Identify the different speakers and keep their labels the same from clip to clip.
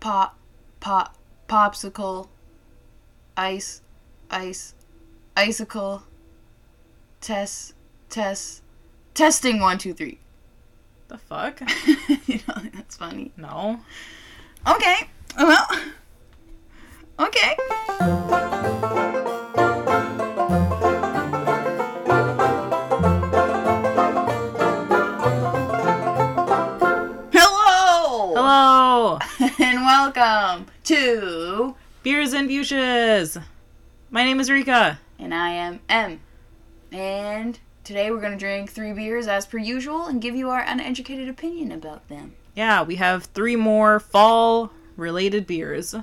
Speaker 1: pop, pop, popsicle, ice, ice, icicle, test, test, testing one, two, three.
Speaker 2: The fuck?
Speaker 1: you know, that's funny.
Speaker 2: No.
Speaker 1: Okay. Well. Okay. Hello.
Speaker 2: Hello!
Speaker 1: And welcome to.
Speaker 2: Beers and Fuchsias! My name is Rika.
Speaker 1: And I am M. And today we're gonna drink three beers as per usual and give you our uneducated opinion about them.
Speaker 2: Yeah, we have three more fall related beers.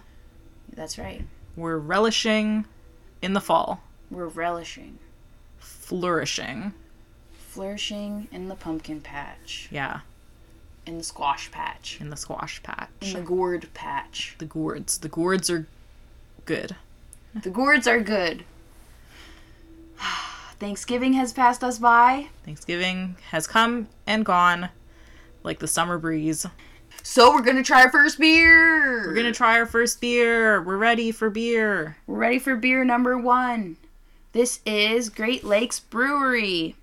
Speaker 1: That's right.
Speaker 2: We're relishing in the fall,
Speaker 1: We're relishing,
Speaker 2: flourishing.
Speaker 1: flourishing in the pumpkin patch,
Speaker 2: Yeah,
Speaker 1: in the squash patch,
Speaker 2: in the squash patch.
Speaker 1: in the gourd patch.
Speaker 2: The gourds. The gourds are good.
Speaker 1: The gourds are good. Thanksgiving has passed us by.
Speaker 2: Thanksgiving has come and gone like the summer breeze.
Speaker 1: So we're gonna try our first beer.
Speaker 2: We're gonna try our first beer. We're ready for beer.
Speaker 1: We're ready for beer number one. This is Great Lakes Brewery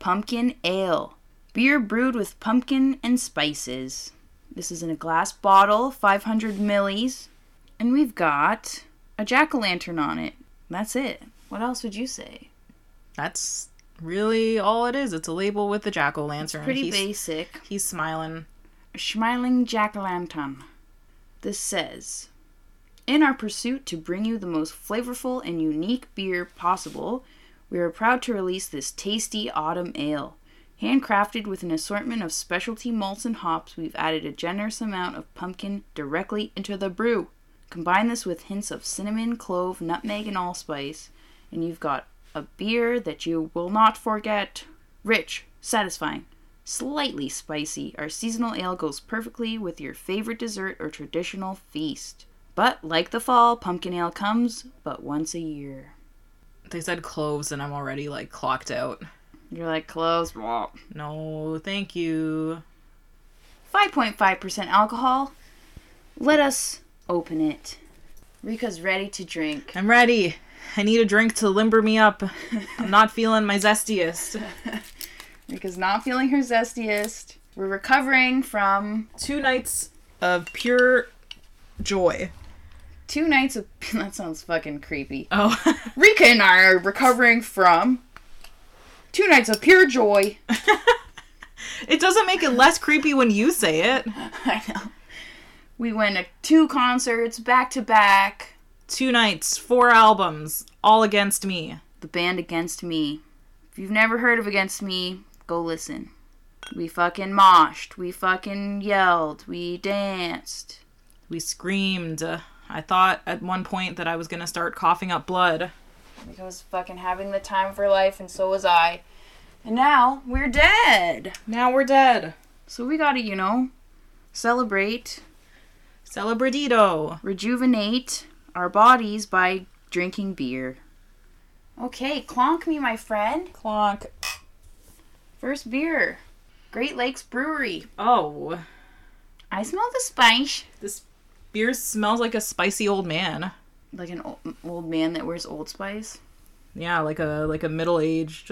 Speaker 1: Pumpkin Ale. Beer brewed with pumpkin and spices. This is in a glass bottle, 500 millis. And we've got a jack o' lantern on it. That's it. What else would you say?
Speaker 2: That's really all it is. It's a label with the jack o' lantern.
Speaker 1: Pretty
Speaker 2: Uh, he's,
Speaker 1: basic.
Speaker 2: he's smiling.
Speaker 1: Schmiling Jack o' Lantern. This says In our pursuit to bring you the most flavorful and unique beer possible, we are proud to release this tasty autumn ale. Handcrafted with an assortment of specialty malts and hops, we've added a generous amount of pumpkin directly into the brew. Combine this with hints of cinnamon, clove, nutmeg, and allspice, and you've got a beer that you will not forget. Rich, satisfying, slightly spicy, our seasonal ale goes perfectly with your favorite dessert or traditional feast. But like the fall, pumpkin ale comes but once a year.
Speaker 2: They said cloves, and I'm already like clocked out.
Speaker 1: You're like close. Blah.
Speaker 2: No, thank you.
Speaker 1: 5.5% alcohol. Let us open it. Rika's ready to drink.
Speaker 2: I'm ready. I need a drink to limber me up. I'm not feeling my zestiest.
Speaker 1: Rika's not feeling her zestiest. We're recovering from
Speaker 2: Two nights of pure joy.
Speaker 1: two nights of. that sounds fucking creepy.
Speaker 2: Oh,
Speaker 1: Rika and I are recovering from two nights of pure joy.
Speaker 2: it doesn't make it less creepy when you say it.
Speaker 1: I know. We went to two concerts back to back.
Speaker 2: Two nights, four albums, all against me.
Speaker 1: The band Against Me. If you've never heard of Against Me, go listen. We fucking moshed. We fucking yelled. We danced.
Speaker 2: We screamed. I thought at one point that I was gonna start coughing up blood.
Speaker 1: Rika was fucking having the time of her life, and so was I. And now we're dead.
Speaker 2: Now we're dead.
Speaker 1: So we gotta, you know, celebrate,
Speaker 2: Celebradito.
Speaker 1: rejuvenate our bodies by drinking beer. Okay, clonk me, my friend.
Speaker 2: Clonk.
Speaker 1: First beer, Great Lakes Brewery.
Speaker 2: Oh,
Speaker 1: I smell the spice.
Speaker 2: this beer smells like a spicy old man.
Speaker 1: Like an o- old man that wears Old Spice,
Speaker 2: Yeah, like a like a middle-aged,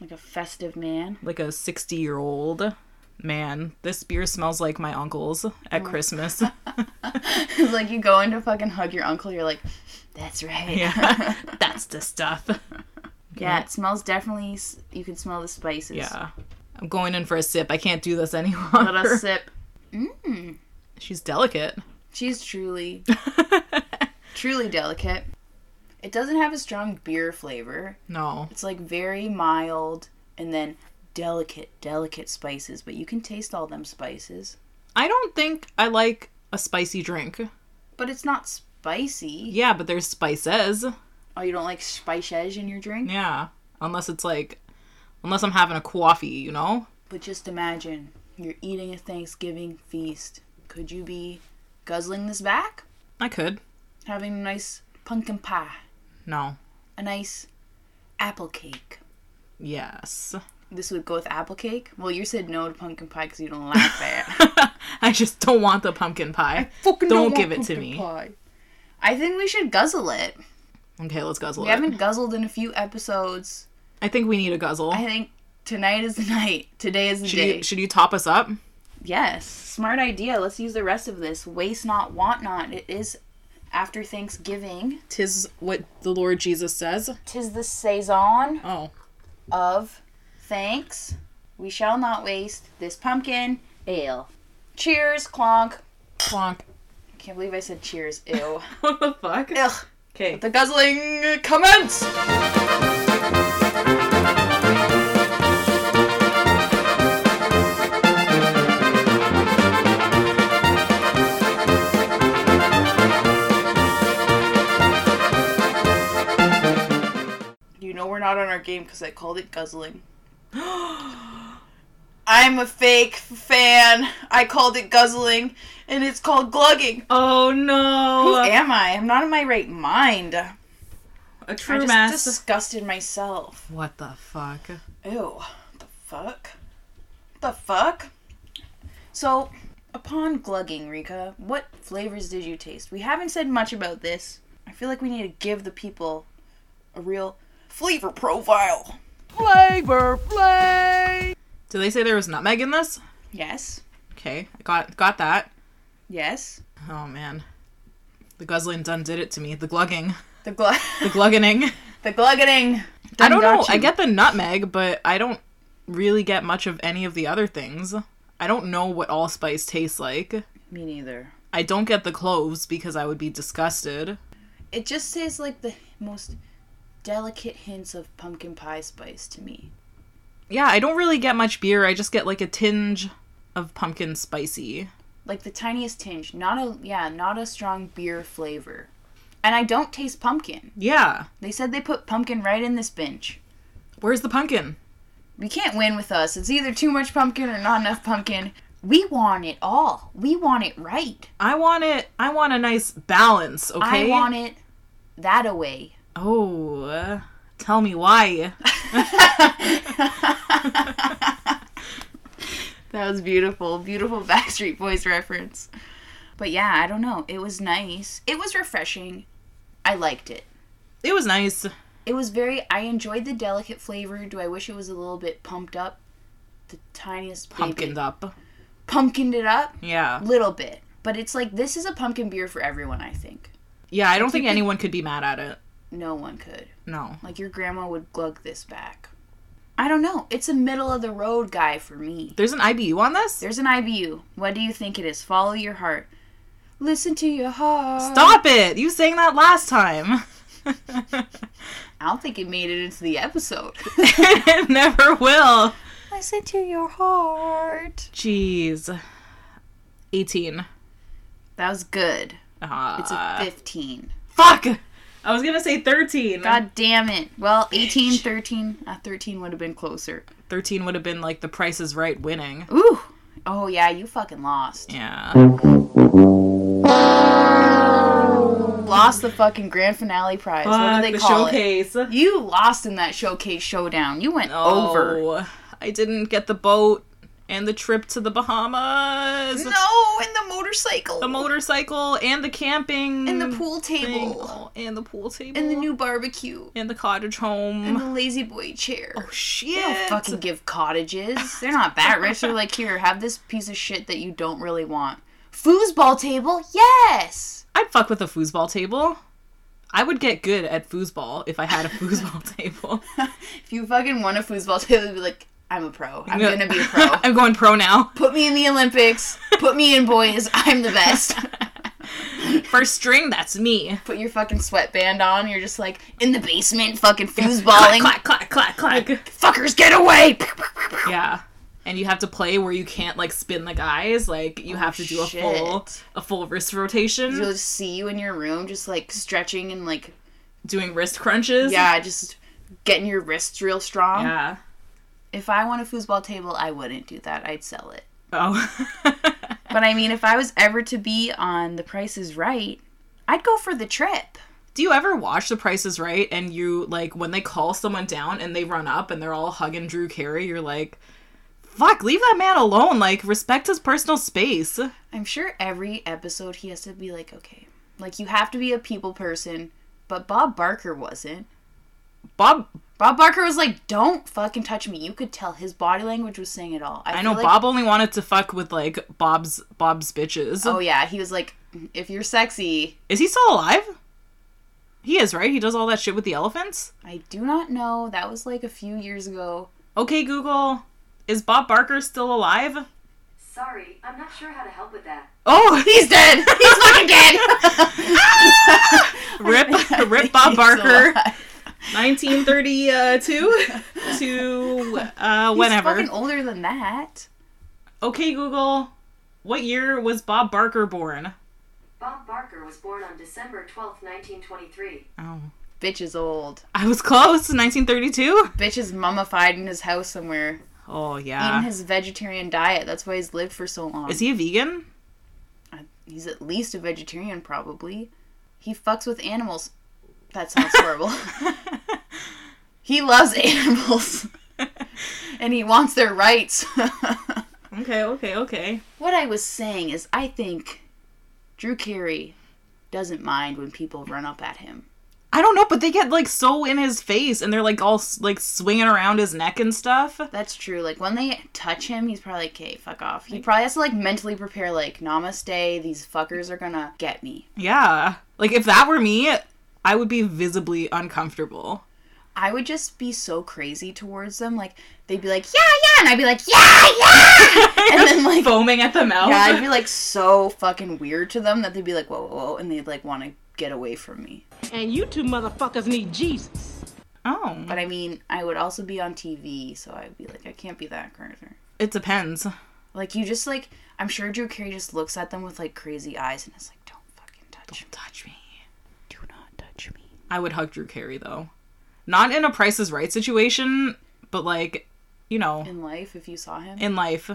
Speaker 1: like a festive man.
Speaker 2: like a 60-year-old man. This beer smells like my uncle's at Christmas.
Speaker 1: it's like you go in to fucking hug your uncle. You're like, that's right.
Speaker 2: yeah. That's the stuff.
Speaker 1: Yeah, it smells definitely. s- You can smell the spices.
Speaker 2: Yeah. I'm going in for a sip. I can't do this any
Speaker 1: Let
Speaker 2: longer.
Speaker 1: us sip. Mmm.
Speaker 2: She's delicate.
Speaker 1: She's truly, truly delicate. It doesn't have a strong beer flavor.
Speaker 2: no.
Speaker 1: It's like very mild and then delicate, delicate spices. But you can taste all them spices.
Speaker 2: I don't think I like a spicy drink.
Speaker 1: But it's not spicy.
Speaker 2: Yeah, but there's spices.
Speaker 1: Oh, you don't like spices in your drink?
Speaker 2: Yeah. Unless it's like, unless I'm having a coffee, you know?
Speaker 1: But just imagine you're eating a Thanksgiving feast. Could you be guzzling this back?
Speaker 2: I could.
Speaker 1: Having a nice pumpkin pie,
Speaker 2: No.
Speaker 1: a nice apple cake.
Speaker 2: Yes.
Speaker 1: This would go with apple cake? Well, you said no to pumpkin pie because you don't laugh at it.
Speaker 2: I just don't want the pumpkin pie.
Speaker 1: Fucking
Speaker 2: Don't
Speaker 1: want
Speaker 2: give it to
Speaker 1: pumpkin
Speaker 2: me.
Speaker 1: pie. I think we should guzzle it.
Speaker 2: Okay, let's guzzle
Speaker 1: We
Speaker 2: it.
Speaker 1: haven't guzzled in a few episodes.
Speaker 2: I think we need a guzzle.
Speaker 1: I think tonight is the night. Today is the
Speaker 2: Should
Speaker 1: day.
Speaker 2: you, should you top us up?
Speaker 1: Yes, smart idea. Let's use the rest of this. Waste not, want not. It is after Thanksgiving.
Speaker 2: Tis what the Lord Jesus says.
Speaker 1: Tis the saison
Speaker 2: Oh,
Speaker 1: of thanks. We shall not waste this pumpkin ale. Cheers, clonk.
Speaker 2: clonk.
Speaker 1: I can't believe I said cheers. Ew.
Speaker 2: What the fuck?
Speaker 1: Ugh.
Speaker 2: Okay.
Speaker 1: The guzzling commence. You know we're not on our game because I called it guzzling. I'm a fake fan. I called it guzzling, and it's called glugging.
Speaker 2: Oh
Speaker 1: Who
Speaker 2: no!
Speaker 1: am I? I'm not in my right mind.
Speaker 2: A
Speaker 1: I
Speaker 2: true
Speaker 1: just
Speaker 2: mess.
Speaker 1: disgusted myself.
Speaker 2: What the fuck?
Speaker 1: Ew. The fuck? The fuck? So, upon glugging, Rika, what flavors did you taste? We haven't said much about this. I feel like we need to give the people a real flavor profile.
Speaker 2: Flavor play. Did they say there was nutmeg in this?
Speaker 1: Yes.
Speaker 2: Okay, I got got that.
Speaker 1: Yes.
Speaker 2: Oh man, the guzzling done did it to me. The glugging,
Speaker 1: The glug
Speaker 2: the gluggening.
Speaker 1: the gluggeting.
Speaker 2: I
Speaker 1: Done
Speaker 2: don't know.
Speaker 1: got
Speaker 2: I
Speaker 1: you.
Speaker 2: get the nutmeg, but I don't really get much of any of the other things. I don't know what allspice tastes like.
Speaker 1: me neither.
Speaker 2: I don't get the cloves because I would be disgusted.
Speaker 1: It just tastes like the most delicate hints of pumpkin pie spice to me.
Speaker 2: Yeah, I don't really get much beer. I just get like a tinge of pumpkin spicy.
Speaker 1: like the tiniest tinge not a yeah not a strong beer flavor and i don't taste pumpkin
Speaker 2: Yeah.
Speaker 1: they said they put pumpkin right in this binge
Speaker 2: Where's the pumpkin?
Speaker 1: you can't win with us it's either too much pumpkin or not enough pumpkin we want it all we want it right
Speaker 2: I want it. I want a nice balance, okay?
Speaker 1: i want it that away
Speaker 2: Oh, uh, tell me why.
Speaker 1: that was beautiful beautiful backstreet boys reference but yeah i don't know it was nice it was refreshing i liked it
Speaker 2: It was nice.
Speaker 1: it was very i enjoyed the delicate flavor do i wish it was a little bit pumped up the tiniest baby.
Speaker 2: Pumpkined up.
Speaker 1: pumpkined it up
Speaker 2: Yeah.
Speaker 1: little bit but it's like this is a pumpkin beer for everyone i think
Speaker 2: Yeah, I don't
Speaker 1: you
Speaker 2: think
Speaker 1: could-
Speaker 2: anyone could be mad at it.
Speaker 1: no one could
Speaker 2: No.
Speaker 1: like your grandma would glug this back i don't know it's a middle of the road guy for me
Speaker 2: There's an IBU on this?
Speaker 1: there's an ibu what do you think it is follow your heart listen to your heart
Speaker 2: Stop it! You sang that last time.
Speaker 1: i don't think it made it into the episode
Speaker 2: it never will.
Speaker 1: listen to your heart
Speaker 2: Jeez. 18.
Speaker 1: that was good
Speaker 2: Uh,
Speaker 1: it's a 15
Speaker 2: fuck! I was gonna say 13.
Speaker 1: God damn it. Well, 18, 13. Uh, 13 would have been closer.
Speaker 2: 13 would have been like the price is right winning.
Speaker 1: Ooh. Oh, yeah, you fucking lost.
Speaker 2: Yeah.
Speaker 1: Lost the fucking grand finale prize. what do they call it? You lost in that showcase showdown. You went over.
Speaker 2: Over. I didn't get the boat and the trip to the Bahamas.
Speaker 1: No, and the Mm. motorcycle.
Speaker 2: The motorcycle and the camping.
Speaker 1: and the pool
Speaker 2: thing.
Speaker 1: table.
Speaker 2: Oh, and the pool table.
Speaker 1: And the new barbecue.
Speaker 2: and the cottage home.
Speaker 1: And the lazy boy chair.
Speaker 2: oh, shit.
Speaker 1: They don't fucking give cottages. They're not that rich. They're like, here, have this piece of shit that you don't really want. Foosball table? Yes!
Speaker 2: I'd fuck with a foosball table. I would get good at foosball if I had a foosball table.
Speaker 1: if you fucking won a foosball table, you'd be like, I'm a pro. I'm gonna be a pro.
Speaker 2: I'm going pro now.
Speaker 1: Put me in the Olympics. Put me in, boys. I'm the best.
Speaker 2: First string, that's me.
Speaker 1: Put your fucking sweatband on. You're just like in the basement, fucking foosballing.
Speaker 2: Clack, clack, clack, clack.
Speaker 1: Fuckers, get away!
Speaker 2: yeah. And you have to play where you can't like spin the guys. Like you have to do a
Speaker 1: Oh, shit.
Speaker 2: full a full wrist rotation,
Speaker 1: They'll just see you in your room, just like stretching and like,
Speaker 2: doing wrist crunches.
Speaker 1: yeah, just getting your wrists real strong.
Speaker 2: Yeah.
Speaker 1: If I won a foosball table, I wouldn't do that. I'd sell it.
Speaker 2: Oh.
Speaker 1: But I mean, if I was ever to be on The Price is Right, I'd go for the trip.
Speaker 2: Do you ever watch The Price is Right and you like when they call someone down and they run up and they're all hugging Drew Carey, you're like, Fuck, leave that man alone. Like, respect his personal space.
Speaker 1: I'm sure every episode he has to be like, okay, like you have to be a people person, but Bob Barker wasn't.
Speaker 2: Bob,
Speaker 1: Bob Barker was like, don't fucking touch me. You could tell his body language was saying it all.
Speaker 2: I
Speaker 1: feel
Speaker 2: know
Speaker 1: like-
Speaker 2: Bob only wanted to fuck with like Bob's Bob's bitches.
Speaker 1: Oh, yeah. He was like, if you're sexy,
Speaker 2: Is he still alive? He is, right? He does all that shit with the elephants.
Speaker 1: I do not know. That was like a few years ago.
Speaker 2: Okay, Google, is Bob Barker still alive?
Speaker 3: Sorry, I'm not sure how to help with that.
Speaker 2: Oh,
Speaker 1: He's dead. He's fucking dead.
Speaker 2: rip, rip Bob
Speaker 1: He's
Speaker 2: Barker,
Speaker 1: alive.
Speaker 2: 1932 to uh,
Speaker 1: He's
Speaker 2: whenever.
Speaker 1: fucking older than that.
Speaker 2: Okay, Google, what year was Bob Barker born?
Speaker 3: Bob Barker was born on December 12, 1923.
Speaker 2: Oh,
Speaker 1: Bitch is old.
Speaker 2: I was close. 1932.
Speaker 1: Bitch is mummified in his house somewhere,
Speaker 2: Oh
Speaker 1: eating
Speaker 2: yeah.
Speaker 1: his vegetarian diet. That's why he's lived for so long.
Speaker 2: Is he a vegan?
Speaker 1: he's at least a vegetarian, probably. He fucks with animals. That sounds horrible. he loves animals, and he wants their rights.
Speaker 2: okay, okay, okay.
Speaker 1: What I was saying is, I think Drew Carey doesn't mind when people run up at him.
Speaker 2: I don't know, but they get like so in his face, and they're like all s- like swinging around his neck and stuff.
Speaker 1: That's true. Like when they touch him, he's probably like, "Okay, fuck off." He probably has to like mentally prepare, like, "Namaste, these fuckers are gonna get me."
Speaker 2: Yeah, like if that were me, I would be visibly uncomfortable.
Speaker 1: I would just be so crazy towards them. Like they'd be like, "Yeah, yeah," and I'd be like, "Yeah, yeah," and then like,
Speaker 2: foaming at the mouth.
Speaker 1: yeah, I'd be like so fucking weird to them that they'd be like, "Whoa, whoa,", whoa and they'd like want to get away from me.
Speaker 4: And you two motherfuckers need Jesus.
Speaker 2: oh,
Speaker 1: But I mean, I would also be on TV, so I'd be like, I can't be that crazy.
Speaker 2: it depends.
Speaker 1: Like you just like, I'm sure Drew Carey just looks at them with like crazy eyes and is like, "Don't fucking touch me.
Speaker 2: Touch me.
Speaker 1: Do not touch me."
Speaker 2: I would hug Drew Carey though, not in a Price is Right situation, but like, you know,
Speaker 1: in life if you saw him.
Speaker 2: in life,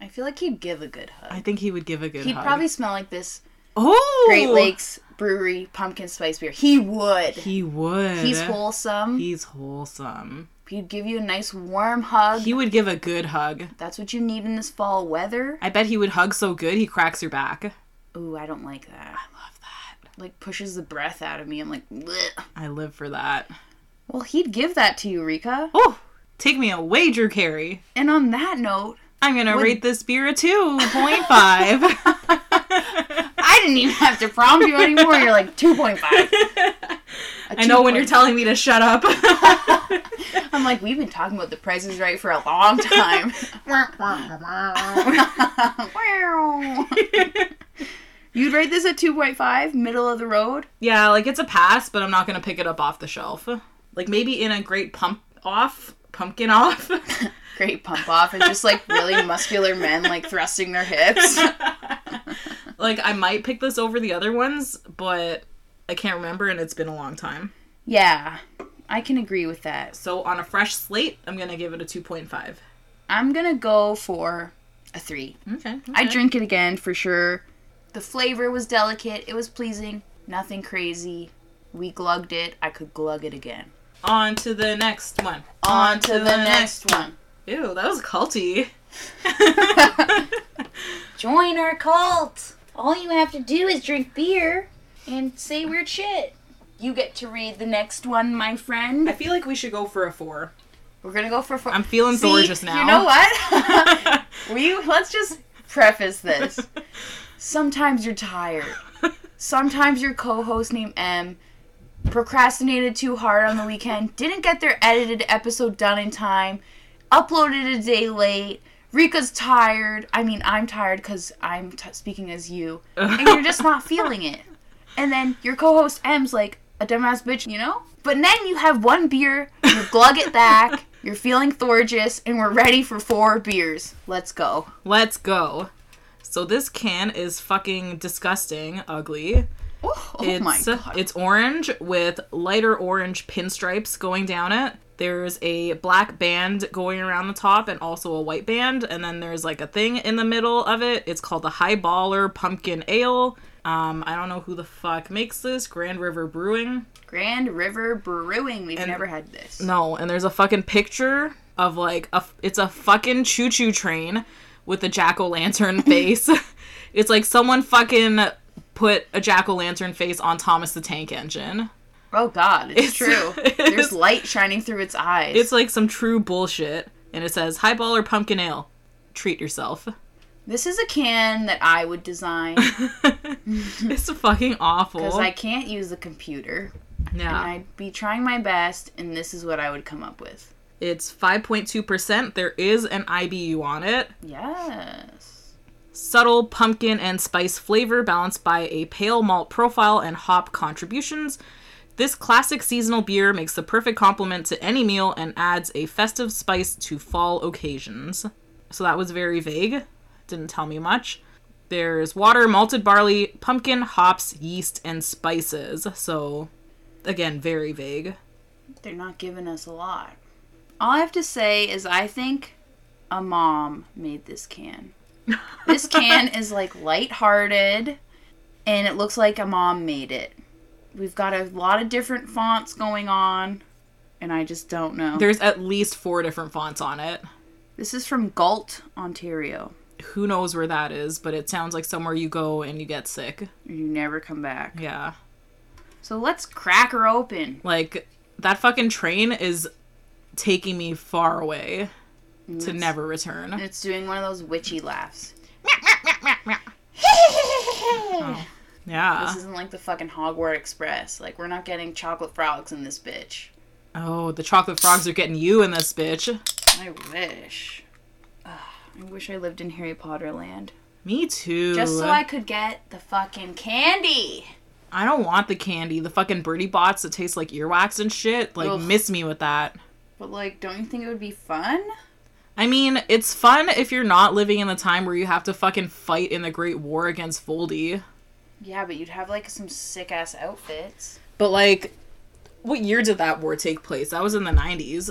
Speaker 1: I feel like he'd give a good hug.
Speaker 2: I think he would give a good.
Speaker 1: He'd
Speaker 2: hug.
Speaker 1: probably smell like this
Speaker 2: oh
Speaker 1: Great Lakes Brewery pumpkin spice beer. He would.
Speaker 2: He would.
Speaker 1: He's wholesome.
Speaker 2: He's wholesome.
Speaker 1: He'd give you a nice warm hug.
Speaker 2: He would give a good hug.
Speaker 1: That's what you need in this fall weather.
Speaker 2: I bet he would hug so good he cracks your back.
Speaker 1: Ooh, I don't like that.
Speaker 2: Love that.
Speaker 1: Like pushes the breath out of me. I'm like, Bleh.
Speaker 2: I live for that.
Speaker 1: well, he'd give that to you, Rika.
Speaker 2: Oh, take me away, Drew Carey.
Speaker 1: And on that note,
Speaker 2: I'm gonna
Speaker 1: Would-
Speaker 2: rate this beer a two point five.
Speaker 1: I didn't even have to prompt you anymore. You're like 2.5.
Speaker 2: I know when you're telling me to shut up.
Speaker 1: I'm like, we've been talking about the Price is Right for a long time. You'd rate this a 2.5, middle of the road.
Speaker 2: yeah, like it's a pass, but I'm not gonna pick it up off the shelf. Like maybe in a great pump off, pumpkin off.
Speaker 1: Great pump off and just like really muscular men like thrusting their hips.
Speaker 2: like I might pick this over the other ones, but I can't remember and it's been a long time.
Speaker 1: Yeah, I can agree with that.
Speaker 2: So on a fresh slate, I'm gonna give it a two point five.
Speaker 1: I'm gonna go for a 3.
Speaker 2: Okay.
Speaker 1: I drink it again for sure. The flavor was delicate, it was pleasing, nothing crazy. We glugged it, I could glug it again.
Speaker 2: On to the next one.
Speaker 1: On to the next one.
Speaker 2: Ew, that was culty.
Speaker 1: Join our cult. All you have to do is drink beer and say weird shit. You get to read the next one, my
Speaker 2: I
Speaker 1: friend.
Speaker 2: feel like we should go for a four.
Speaker 1: We're gonna go for. Four.
Speaker 2: I'm feeling
Speaker 1: See,
Speaker 2: gorgeous now.
Speaker 1: You know what? we let's just preface this. Sometimes you're tired. Sometimes your co-host named M procrastinated too hard on the weekend, didn't get their edited episode done in time, uploaded a day late. Rika's tired. I mean, I'm tired because I'm t- speaking as you, and you're just not feeling it. And then your co-host M's like a dumbass bitch, you know. But then you have one beer, you glug it back, you're feeling thorgeous, and we're ready for four beers. Let's go.
Speaker 2: Let's go. So this can is fucking disgusting, ugly.
Speaker 1: Oh, oh
Speaker 2: It's
Speaker 1: my god!
Speaker 2: it's orange with lighter orange pinstripes going down it. There's a black band going around the top and also a white band, and then there's like a thing in the middle of it. It's called the Highballer Pumpkin Ale. Um, I don't know who the fuck makes this. Grand River Brewing.
Speaker 1: Grand River Brewing. We've never had this.
Speaker 2: No, and there's a fucking picture of like a it's a fucking choo choo train with a jack o' lantern face. it's like someone fucking put a jack o' lantern face on Thomas the Tank Engine.
Speaker 1: Oh God, it's,
Speaker 2: It's-
Speaker 1: true.
Speaker 2: it
Speaker 1: There's
Speaker 2: is-
Speaker 1: light shining through its eyes.
Speaker 2: It's like some true bullshit, and it says highball or pumpkin ale. Treat yourself.
Speaker 1: this is a can that I would design
Speaker 2: It's fucking awful.
Speaker 1: because I can't use the computer.
Speaker 2: yeah.
Speaker 1: And I'd be trying my best, and this is what I would come up with.
Speaker 2: It's 5.2%. There is an IBU on it.
Speaker 1: Yes.
Speaker 2: Subtle pumpkin and spice flavor balanced by a pale malt profile and hop contributions. This classic seasonal beer makes the perfect complement to any meal and adds a festive spice to fall occasions. So that was very vague. Didn't tell me much. There's water, malted barley, pumpkin, hops, yeast, and spices. So, again, very vague.
Speaker 1: They're not giving us a lot. All I have to say is I think a mom made this can. this can is like lighthearted and it looks like a mom made it. We've got a lot of different fonts going on and I just don't know.
Speaker 2: There's at least four different fonts on it.
Speaker 1: this is from Galt, Ontario.
Speaker 2: who knows where that is, but it sounds like somewhere you go and you get sick.
Speaker 1: You never come back.
Speaker 2: Yeah.
Speaker 1: So let's crack her open.
Speaker 2: Like that fucking train is taking me far away to never return.
Speaker 1: It's doing one of those witchy laughs.
Speaker 2: Yeah.
Speaker 1: This isn't like the fucking Hogwarts Express. Like, we're not getting chocolate frogs in this bitch.
Speaker 2: Oh, the chocolate frogs are getting you in this bitch.
Speaker 1: I wish. Ugh, I wish I lived in Harry Potter land.
Speaker 2: Me too.
Speaker 1: Just so I could get the fucking candy.
Speaker 2: I don't want the candy, the fucking birdie bots that taste like earwax and shit. Like
Speaker 1: Ugh.
Speaker 2: miss me with that.
Speaker 1: But, like, don't you think it would be fun?
Speaker 2: I mean, it's fun if you're not living in the time where you have to fucking fight in the Great War against Voldy.
Speaker 1: Yeah, but you'd have, like, some sick ass outfits.
Speaker 2: But like what year did that war take place? That was in the 90s.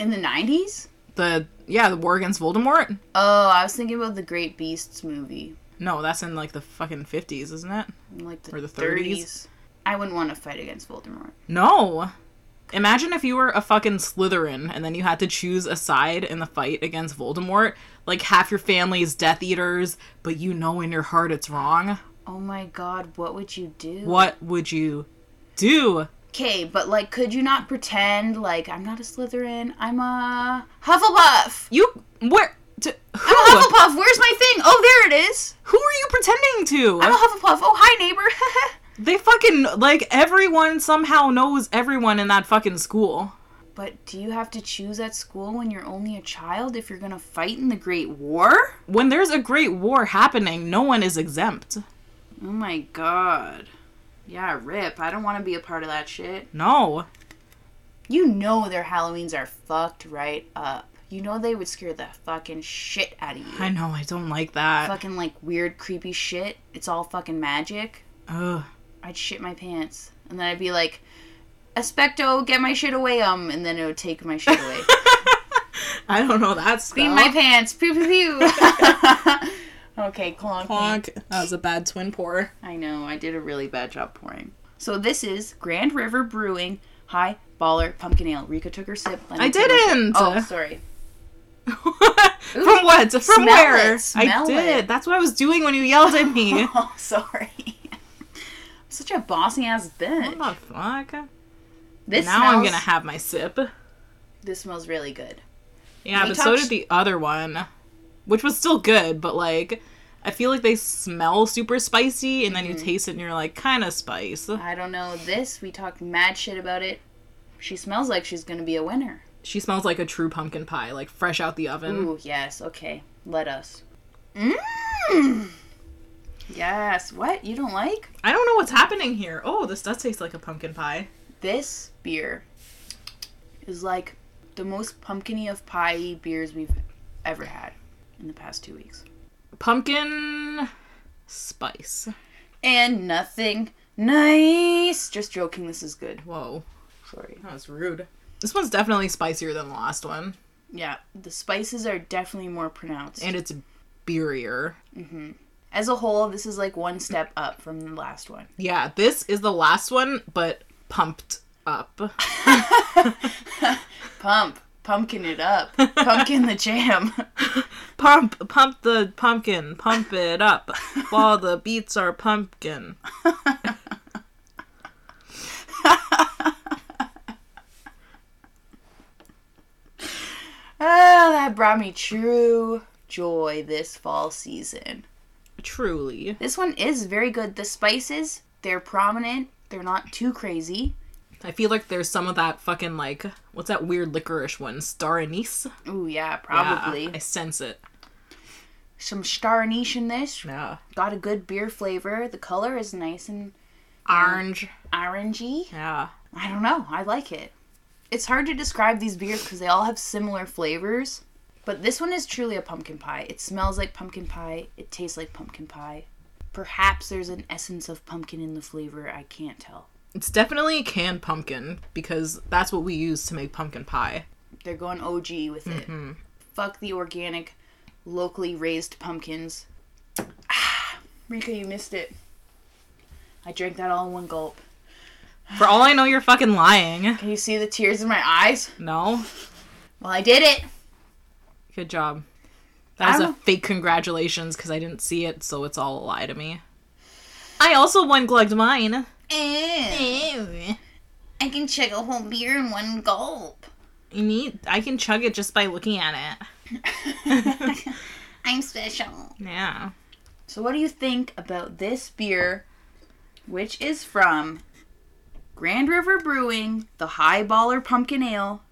Speaker 1: In the 90s?
Speaker 2: the yeah the war against voldemort
Speaker 1: Oh, I was thinking about the Great Beasts movie.
Speaker 2: no that's in like the fucking 50s isn't it
Speaker 1: In, like, the,
Speaker 2: Or the
Speaker 1: 30s.
Speaker 2: 30s.
Speaker 1: I wouldn't want to fight against Voldemort.
Speaker 2: no imagine if you were a fucking slytherin and then you had to choose a side in the fight against voldemort like half your family is death eaters but you know in your heart it's wrong
Speaker 1: Oh my god, what would you do?
Speaker 2: what would you do
Speaker 1: Okay, but like, could you not pretend like I'm not a Slytherin? I'm a Hufflepuff.
Speaker 2: you where to, who
Speaker 1: I'm a Hufflepuff. Where's my thing? Oh, there it is.
Speaker 2: who are you pretending to
Speaker 1: I'm a Hufflepuff. Oh, hi, neighbor.
Speaker 2: they fucking like everyone somehow knows everyone in that fucking school
Speaker 1: but do you have to choose at school when you're only a child if you're gonna fight in the Great War?
Speaker 2: when there's a great war happening no one is exempt
Speaker 1: Oh my god. Yeah, rip. I don't want to be a part of that shit.
Speaker 2: no
Speaker 1: You know their Halloweens are fucked right up. You know they would scare the fucking shit out of you.
Speaker 2: I know, I don't like that.
Speaker 1: fucking like weird, creepy shit. It's all fucking magic.
Speaker 2: Ugh.
Speaker 1: I'd shit my pants. And then I'd be like, Aspecto, get my shit away, um. And then it would take my shit away.
Speaker 2: I don't know that spell.
Speaker 1: Beat my pants. Pew, pew, pew. okay, clonk.
Speaker 2: That was a bad twin pour.
Speaker 1: I know, I did a really bad job pouring. So this is Grand River Brewing High Baller Pumpkin Ale. Rika took her sip. Lenny
Speaker 2: I
Speaker 1: took her sip.
Speaker 2: didn't.
Speaker 1: Oh, sorry.
Speaker 2: From what? From
Speaker 1: Smell
Speaker 2: where?
Speaker 1: it, smell
Speaker 2: I did.
Speaker 1: it.
Speaker 2: That's what I was doing when you yelled at me.
Speaker 1: Oh, sorry. I'm such a bossy ass bitch.
Speaker 2: what the fuck? Now
Speaker 1: This
Speaker 2: I'm
Speaker 1: smells-
Speaker 2: gonna have my sip.
Speaker 1: This smells really good.
Speaker 2: Yeah,
Speaker 1: We
Speaker 2: but so
Speaker 1: talked-
Speaker 2: did the other one, which was still good, but like, I feel like they smell super spicy, and then
Speaker 1: Mm-hmm.
Speaker 2: you taste it and you're like, kind of spice.
Speaker 1: I don't know this. We talked mad shit about it. She smells like she's gonna be a winner.
Speaker 2: She smells like a true pumpkin pie, like fresh out the oven.
Speaker 1: Ooh, yes. Okay, let us. Mmm. Yes. What you don't like?
Speaker 2: I don't know what's happening here. Oh, this does taste like a pumpkin pie.
Speaker 1: This beer is like the most pumpkiny of pie beers we've ever had in the past two weeks.
Speaker 2: pumpkin spice.
Speaker 1: And nothing nice. Just joking. This is good.
Speaker 2: Whoa,
Speaker 1: Sorry.
Speaker 2: that was rude. This one's definitely spicier than the last one,
Speaker 1: Yeah, the spices are definitely more pronounced.
Speaker 2: and it's beerier.
Speaker 1: As a whole, this is like one step up from the last one.
Speaker 2: Yeah, this is the last one, but pumped up.
Speaker 1: Pump, pumpkin it up. Pumpkin the jam.
Speaker 2: Pump, pump the pumpkin, pump it up while the beats are pumpkin.
Speaker 1: Ah, that brought me true joy this fall season.
Speaker 2: Truly.
Speaker 1: This one is very good. The spices, they're prominent. They're not too crazy.
Speaker 2: I feel like there's some of that fucking like what's that weird licorice one? Star anise?
Speaker 1: Ooh, yeah,
Speaker 2: Yeah,
Speaker 1: probably.
Speaker 2: I sense it.
Speaker 1: Some star anise in this.
Speaker 2: Yeah.
Speaker 1: Got a good beer flavor. The color is nice and
Speaker 2: Orange.
Speaker 1: orangey.
Speaker 2: Yeah.
Speaker 1: I don't know. I like it. It's hard to describe these beers because they all have similar flavors. But this one is truly a pumpkin pie. It smells like pumpkin pie. It tastes like pumpkin pie. Perhaps there's an essence of pumpkin in the flavor. I can't tell.
Speaker 2: It's definitely canned pumpkin because that's what we use to make pumpkin pie.
Speaker 1: They're going OG with it. Fuck the organic, locally raised pumpkins. Ah, Rika, you missed it. I drank that all in one gulp.
Speaker 2: For all I know, you're fucking lying.
Speaker 1: Can you see the tears in my eyes?
Speaker 2: No?
Speaker 1: Well, I did it.
Speaker 2: Good job. That was
Speaker 1: I
Speaker 2: a
Speaker 1: don't-
Speaker 2: fake congratulations because I didn't see it, so it's all a lie to me. I also one glugged mine. Eh?
Speaker 1: Ew. I can chug a whole beer in one gulp.
Speaker 2: You need. I can chug it just by looking at it.
Speaker 1: I'm special.
Speaker 2: yeah.
Speaker 1: So, what do you think about this beer, which is from Grand River Brewing, the Highballer Pumpkin Ale?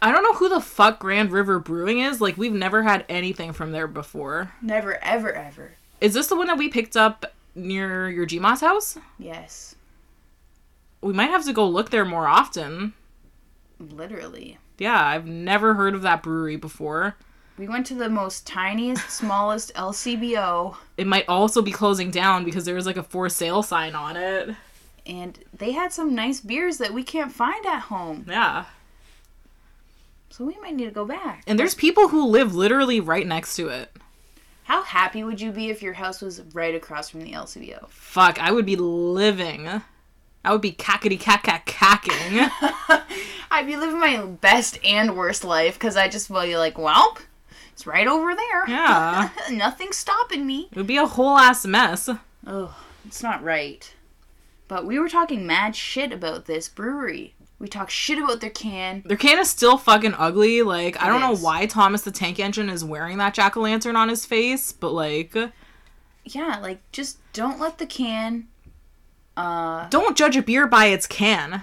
Speaker 2: I don't know who the fuck Grand River Brewing is. Like, we've never had anything from there before.
Speaker 1: Never, ever, ever.
Speaker 2: Is this the one that we picked up near your GMA's house?
Speaker 1: Yes,
Speaker 2: We might have to go look there more often.
Speaker 1: literally.
Speaker 2: Yeah, I've never heard of that brewery before.
Speaker 1: We went to the most tiniest, smallest LCBO,
Speaker 2: It might also be closing down because there was like a for sale sign on it.
Speaker 1: and they had some nice beers that we can't find at home.
Speaker 2: Yeah.
Speaker 1: So we might need to go back.
Speaker 2: And there's people who live literally right next to it.
Speaker 1: How happy would you be if your house was right across from the LCBO?
Speaker 2: Fuck, I would be living. I would be cackety cack cack cacking.
Speaker 1: I'd be living my best and worst life because I just be like, well, it's right over there.
Speaker 2: Yeah.
Speaker 1: Nothing's stopping me.
Speaker 2: It would be a whole ass mess.
Speaker 1: Ugh, it's not right. But we were talking mad shit about this brewery. We talked shit about their can.
Speaker 2: Their can is still fucking ugly. Like, I
Speaker 1: It
Speaker 2: don't know
Speaker 1: is.
Speaker 2: why Thomas the Tank Engine is wearing that jack o' lantern on his face, but like,
Speaker 1: Yeah, like just don't let the can. Uh,
Speaker 2: don't judge a beer by its can.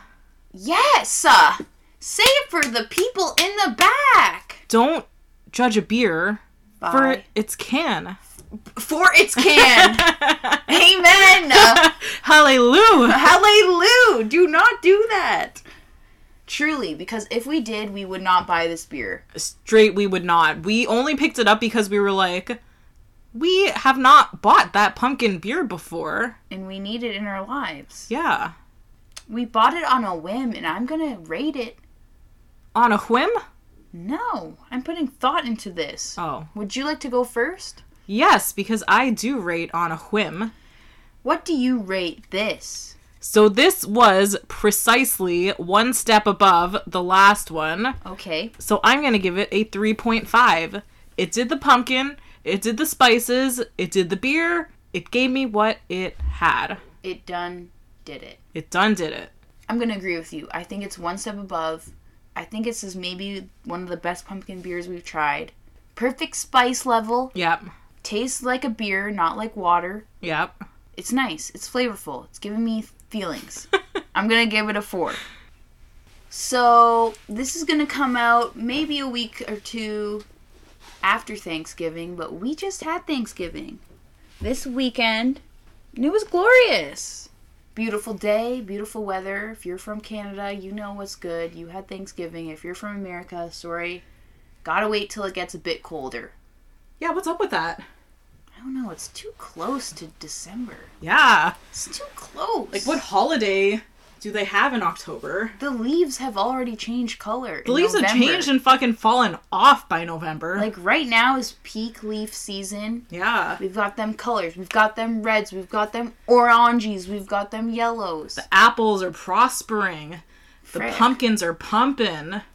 Speaker 1: Yes! Uh, save for the people in the back!
Speaker 2: Don't judge a beer for
Speaker 1: Bye.
Speaker 2: its can.
Speaker 1: For, its can! Amen! Uh,
Speaker 2: Hallelujah.
Speaker 1: hallelujah! Do not do that! Truly, because if we did, we would not buy this beer.
Speaker 2: Straight, we would not. We only picked it up because we were like, we have not bought that pumpkin beer before.
Speaker 1: And we need it in our lives.
Speaker 2: Yeah.
Speaker 1: We bought it on a whim, and I'm gonna rate it.
Speaker 2: On a whim?
Speaker 1: No, I'm putting thought into this.
Speaker 2: Oh.
Speaker 1: Would you like to go first?
Speaker 2: Yes, because I do rate on a whim.
Speaker 1: What do you rate this?
Speaker 2: So this was precisely one step above the last one.
Speaker 1: Okay,
Speaker 2: So I'm going to give it a 3.5. It did the pumpkin, it did the spices, it did the beer, it gave me what it had.
Speaker 1: it done did it.
Speaker 2: It done did it.
Speaker 1: I'm gonna agree with you. I think it's one step above. I think this is maybe one of the best pumpkin beers we've tried. Perfect spice level.
Speaker 2: Yep.
Speaker 1: Tastes like a beer, not like water.
Speaker 2: Yep.
Speaker 1: It's nice. It's flavorful. It's giving me feelings. I'm gonna give it a four. So this is gonna come out maybe a week or two after Thanksgiving, but we just had Thanksgiving this weekend, and it was glorious. Beautiful day, beautiful weather. If you're from Canada, you know what's good. You had Thanksgiving. If you're from America, sorry, gotta wait till it gets a bit colder.
Speaker 2: Yeah, what's up with that?
Speaker 1: I don't know. It's too close to December.
Speaker 2: Yeah.
Speaker 1: It's too close.
Speaker 2: Like what holiday do they have in October?
Speaker 1: The leaves have already changed color. in
Speaker 2: The leaves have
Speaker 1: November.
Speaker 2: changed and fucking fallen off by November.
Speaker 1: Like right now is peak leaf season.
Speaker 2: yeah.
Speaker 1: We've got them colors. We've got them reds. We've got them oranges. We've got them yellows.
Speaker 2: Apples are prospering. The
Speaker 1: Frick.
Speaker 2: pumpkins are pumping.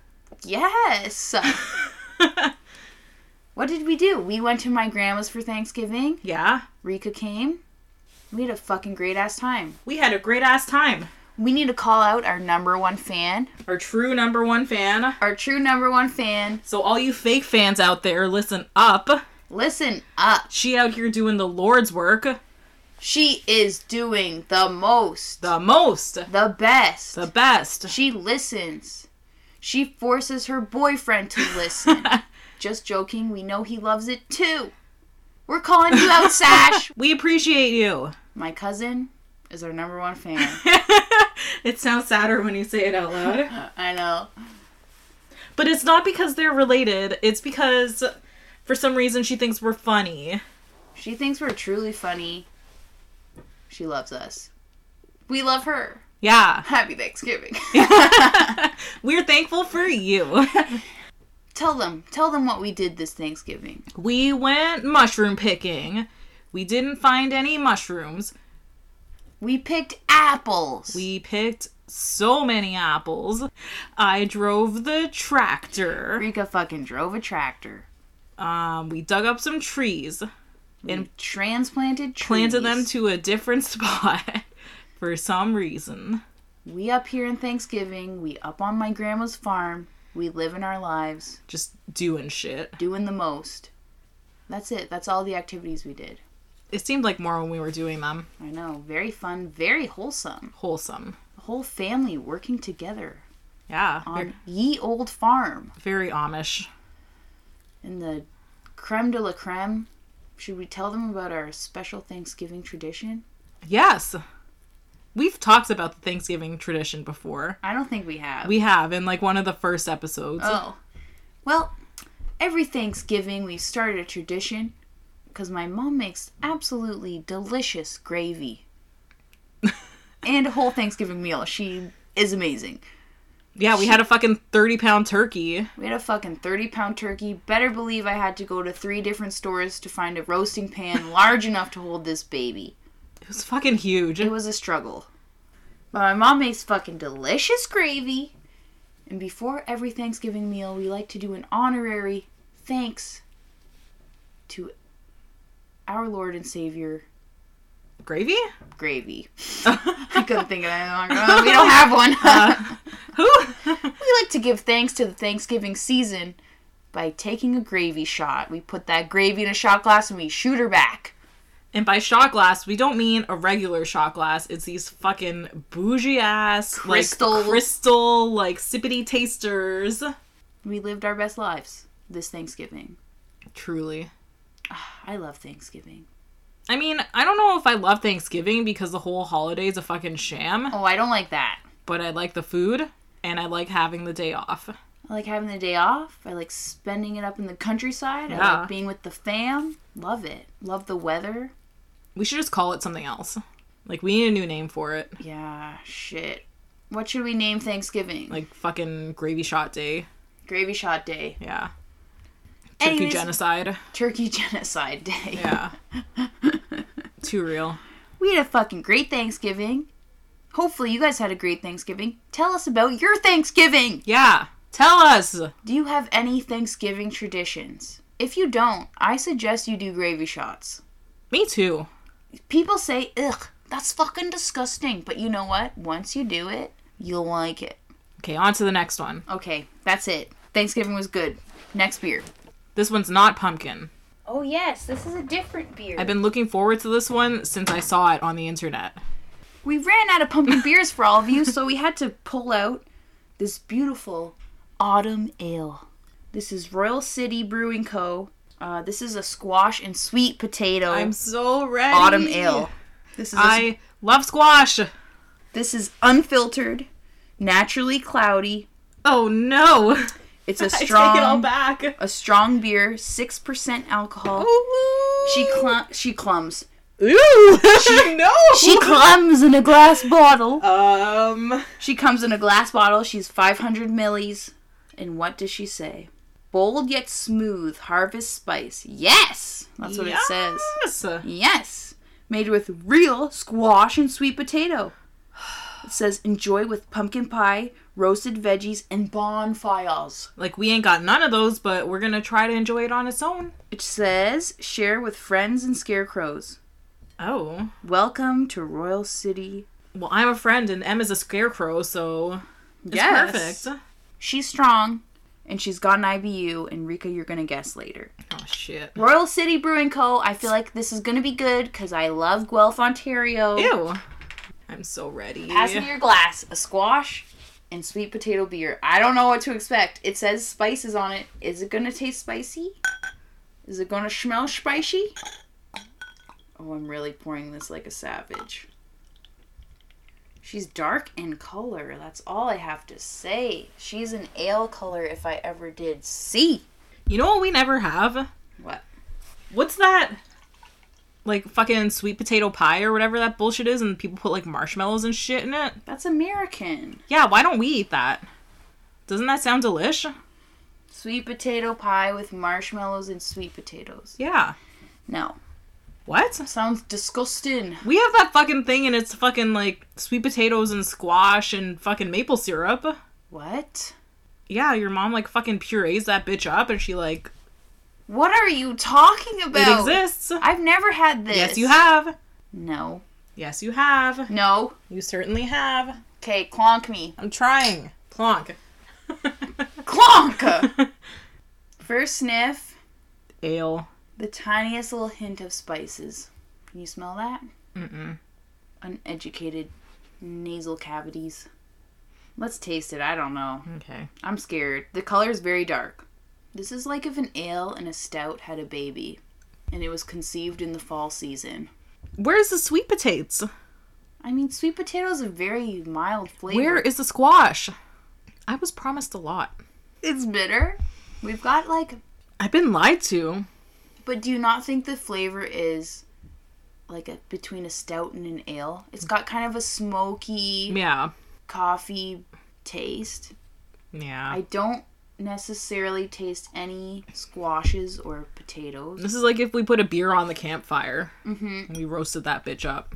Speaker 1: Yes. what did we do? We went to my grandma's for Thanksgiving.
Speaker 2: yeah.
Speaker 1: Rika came. We had a fucking great ass time.
Speaker 2: We had a great ass time.
Speaker 1: We need to call out our number one fan,
Speaker 2: Our true number one fan.
Speaker 1: our true number one fan.
Speaker 2: So, all you fake fans out there, listen up.
Speaker 1: Listen up.
Speaker 2: She out here doing the Lord's work
Speaker 1: She is doing the most,
Speaker 2: the most,
Speaker 1: the best.
Speaker 2: the best.
Speaker 1: She listens. She forces her boyfriend to listen. Just joking, we know he loves it too. We're calling you out, Sash.
Speaker 2: We appreciate you.
Speaker 1: My cousin is our number one fan.
Speaker 2: it sounds sadder when you say it out loud.
Speaker 1: I know.
Speaker 2: But it's not because they're related, it's because for some reason she thinks we're funny.
Speaker 1: She thinks we're truly funny. She loves us. We love her.
Speaker 2: Yeah.
Speaker 1: Happy Thanksgiving.
Speaker 2: We're thankful for you.
Speaker 1: tell them, tell them what we did this Thanksgiving.
Speaker 2: we went mushroom picking. We didn't find any mushrooms.
Speaker 1: We picked apples.
Speaker 2: We picked so many apples. I drove the tractor.
Speaker 1: Rika fucking drove a tractor.
Speaker 2: Um, we dug up some trees,
Speaker 1: And transplanted trees.
Speaker 2: planted them to a different spot for some reason.
Speaker 1: We up here in Thanksgiving, we up on my grandma's farm, we living our lives,
Speaker 2: Just doing shit.
Speaker 1: doing the most. That's it. That's all the activities we did.
Speaker 2: It seemed like more when we were doing them.
Speaker 1: I know. Very fun, very wholesome.
Speaker 2: Wholesome.
Speaker 1: The whole family working together
Speaker 2: Yeah.
Speaker 1: on ye old farm
Speaker 2: Very Amish.
Speaker 1: in the creme de la creme. Should we tell them about our special Thanksgiving tradition?
Speaker 2: Yes. We've talked about the Thanksgiving tradition before.
Speaker 1: I don't think we have.
Speaker 2: We have in like one of the first episodes.
Speaker 1: Oh. Well, every Thanksgiving we started a tradition because my mom makes absolutely delicious gravy. and a whole Thanksgiving meal. She is amazing.
Speaker 2: yeah, we had a fucking 30 pound turkey.
Speaker 1: We had a fucking 30 pound turkey. Better believe I had to go to three different stores to find a roasting pan large enough to hold this baby.
Speaker 2: It was fucking huge.
Speaker 1: It was a struggle. But my mom makes fucking delicious gravy. And before every Thanksgiving meal, we like to do an honorary thanks to our Lord and Savior,
Speaker 2: Gravy?
Speaker 1: gravy. I couldn't think of anything. longer. We don't have one.
Speaker 2: Who?
Speaker 1: we like to give thanks to the Thanksgiving season by taking a gravy shot. We put that gravy in a shot glass and we shoot her back.
Speaker 2: and by shot glass, we don't mean a regular shot glass. It's these fucking bougie ass,
Speaker 1: Crystal.
Speaker 2: like crystal, like sippity tasters.
Speaker 1: We lived our best lives this Thanksgiving.
Speaker 2: Truly.
Speaker 1: I love Thanksgiving.
Speaker 2: I mean, I don't know if I love Thanksgiving because the whole holiday's a fucking sham,
Speaker 1: Oh, I don't like that.
Speaker 2: but I like the food and I like having the day off.
Speaker 1: I like having the day off. I like spending it up in the countryside. I
Speaker 2: Yeah.
Speaker 1: like being with the fam. Love it. Love the weather.
Speaker 2: We should just call it something else. Like we need a new name for it.
Speaker 1: Yeah, shit. What should we name Thanksgiving?
Speaker 2: Like fucking gravy shot day.
Speaker 1: Gravy Shot Day.
Speaker 2: Yeah. Turkey
Speaker 1: Anyways-
Speaker 2: genocide.
Speaker 1: Turkey Genocide Day.
Speaker 2: Yeah. Too real.
Speaker 1: We had a fucking great Thanksgiving. Hopefully, you guys had a great Thanksgiving. Tell us about your Thanksgiving.
Speaker 2: Yeah. Tell us.
Speaker 1: Do you have any Thanksgiving traditions? If you don't, I suggest you do gravy shots.
Speaker 2: Me too.
Speaker 1: People say, ugh, that's fucking disgusting. But you know what? Once you do it, you'll like it.
Speaker 2: Okay, on to the next one.
Speaker 1: Okay, that's it. Thanksgiving was good. Next beer.
Speaker 2: This one's not pumpkin.
Speaker 1: Oh, yes, this is a different beer.
Speaker 2: I've been looking forward to this one since I saw it on the internet.
Speaker 1: we ran out of pumpkin beers for all of you, so we had to pull out this beautiful autumn ale. This is Royal City Brewing Co. Uh, this is a squash and sweet potato
Speaker 2: I'm so ready.
Speaker 1: autumn ale. This is a-
Speaker 2: I love squash.
Speaker 1: this is unfiltered, naturally cloudy.
Speaker 2: Oh no.
Speaker 1: It's a
Speaker 2: I take it all
Speaker 1: strong,
Speaker 2: back.
Speaker 1: a strong beer, six percent alcohol. She clum, she clums,
Speaker 2: Ooh. no.
Speaker 1: she clums in a glass bottle.
Speaker 2: um.
Speaker 1: She comes in a glass bottle. She's 500 millis. And what does she say? Bold yet smooth harvest spice. Yes! That's what it says.
Speaker 2: Yes.
Speaker 1: Yes! Made with real squash and sweet potato. It says enjoy with pumpkin pie, roasted veggies, and bonfires.
Speaker 2: Like we ain't got none of those, but we're gonna try to enjoy it on its own.
Speaker 1: It says share with friends and scarecrows.
Speaker 2: Oh.
Speaker 1: Welcome to Royal City.
Speaker 2: Well, I'm a friend and Em is a scarecrow, so it's
Speaker 1: Yes.
Speaker 2: perfect.
Speaker 1: She's strong, and she's got an IBU. And Rika, you're gonna guess later.
Speaker 2: Oh shit.
Speaker 1: Royal City Brewing Co. I feel like this is gonna be good because I love Guelph, Ontario.
Speaker 2: Ew. I'm so ready.
Speaker 1: Pass me your glass, a squash, and sweet potato beer. I don't know what to expect. It says spices on it. Is it gonna taste spicy? Is it gonna smell spicy? Oh, I'm really pouring this like a savage. She's dark in color. That's all I have to say. She's an ale color if I ever did see.
Speaker 2: You know what we never have?
Speaker 1: What?
Speaker 2: What's that? Like fucking sweet potato pie or whatever that bullshit is, and people put like marshmallows and shit in it.
Speaker 1: That's American.
Speaker 2: Yeah, why don't we eat that? Doesn't that sound delish?
Speaker 1: Sweet potato pie with marshmallows and sweet potatoes.
Speaker 2: Yeah.
Speaker 1: No.
Speaker 2: What?
Speaker 1: Sounds disgusting.
Speaker 2: We have that fucking thing and it's fucking like sweet potatoes and squash and fucking maple syrup.
Speaker 1: What?
Speaker 2: Yeah, your mom like fucking purees that bitch up and she like
Speaker 1: What are you talking
Speaker 2: it
Speaker 1: about?
Speaker 2: exists.
Speaker 1: I've never had this.
Speaker 2: Yes, you have.
Speaker 1: No.
Speaker 2: Yes, you have.
Speaker 1: No.
Speaker 2: You certainly have.
Speaker 1: Okay, clonk me.
Speaker 2: I'm trying. Plonk.
Speaker 1: Clonk! First sniff,
Speaker 2: Ale.
Speaker 1: the tiniest little hint of spices. Can you smell that?
Speaker 2: Mm-mm.
Speaker 1: Uneducated nasal cavities. Let's taste it. I don't know.
Speaker 2: Okay.
Speaker 1: I'm scared. The color is very dark. This is like if an ale and a stout had a baby, and it was conceived in the fall season.
Speaker 2: Where's the sweet potatoes?
Speaker 1: I mean, sweet potato is a very mild flavor.
Speaker 2: Where is the squash? I was promised a lot.
Speaker 1: It's bitter. We've got like,
Speaker 2: I've been lied to.
Speaker 1: but do you not think the flavor is like a, between a stout and an ale? It's got kind of a smoky
Speaker 2: Yeah.
Speaker 1: coffee taste.
Speaker 2: Yeah.
Speaker 1: I don't necessarily taste any squashes or potatoes.
Speaker 2: This is like if we put a beer on the campfire
Speaker 1: hmm
Speaker 2: and we roasted that bitch up.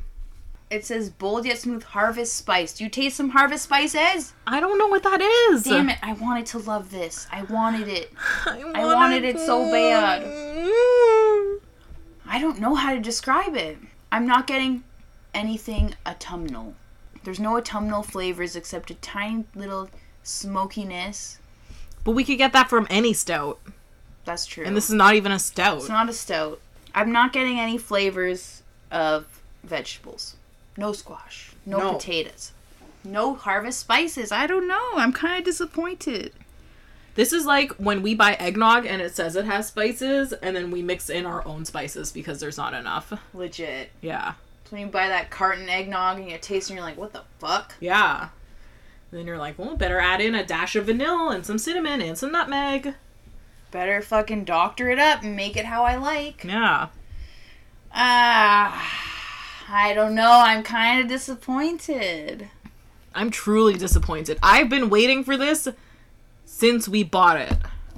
Speaker 1: It says bold yet smooth harvest spice. Do you taste some harvest spices?
Speaker 2: I don't know what that is.
Speaker 1: Damn it! I wanted to love this. I wanted it.
Speaker 2: I wanted,
Speaker 1: wanted it so bad.
Speaker 2: Mm.
Speaker 1: I don't know how to describe it. I'm not getting anything autumnal. There's no autumnal flavors except a tiny little smokiness.
Speaker 2: But we could get that from any stout.
Speaker 1: That's true.
Speaker 2: And this is not even a stout.
Speaker 1: it's not a stout. I'm not getting any flavors of vegetables. No squash. No,
Speaker 2: No.
Speaker 1: potatoes. No harvest spices. I don't know. I'm kind of disappointed.
Speaker 2: This is like when we buy eggnog and it says it has spices and then we mix in our own spices because there's not enough.
Speaker 1: Legit.
Speaker 2: Yeah.
Speaker 1: So when you buy that carton eggnog and you taste and you're like, what the fuck?
Speaker 2: Yeah. And then you're like, well, better add in a dash of vanilla and some cinnamon and some nutmeg.
Speaker 1: Better fucking doctor it up and make it how I like.
Speaker 2: Yeah.
Speaker 1: Ah, I don't know. I'm kind of disappointed.
Speaker 2: I'm truly disappointed. I've been waiting for this since we bought it.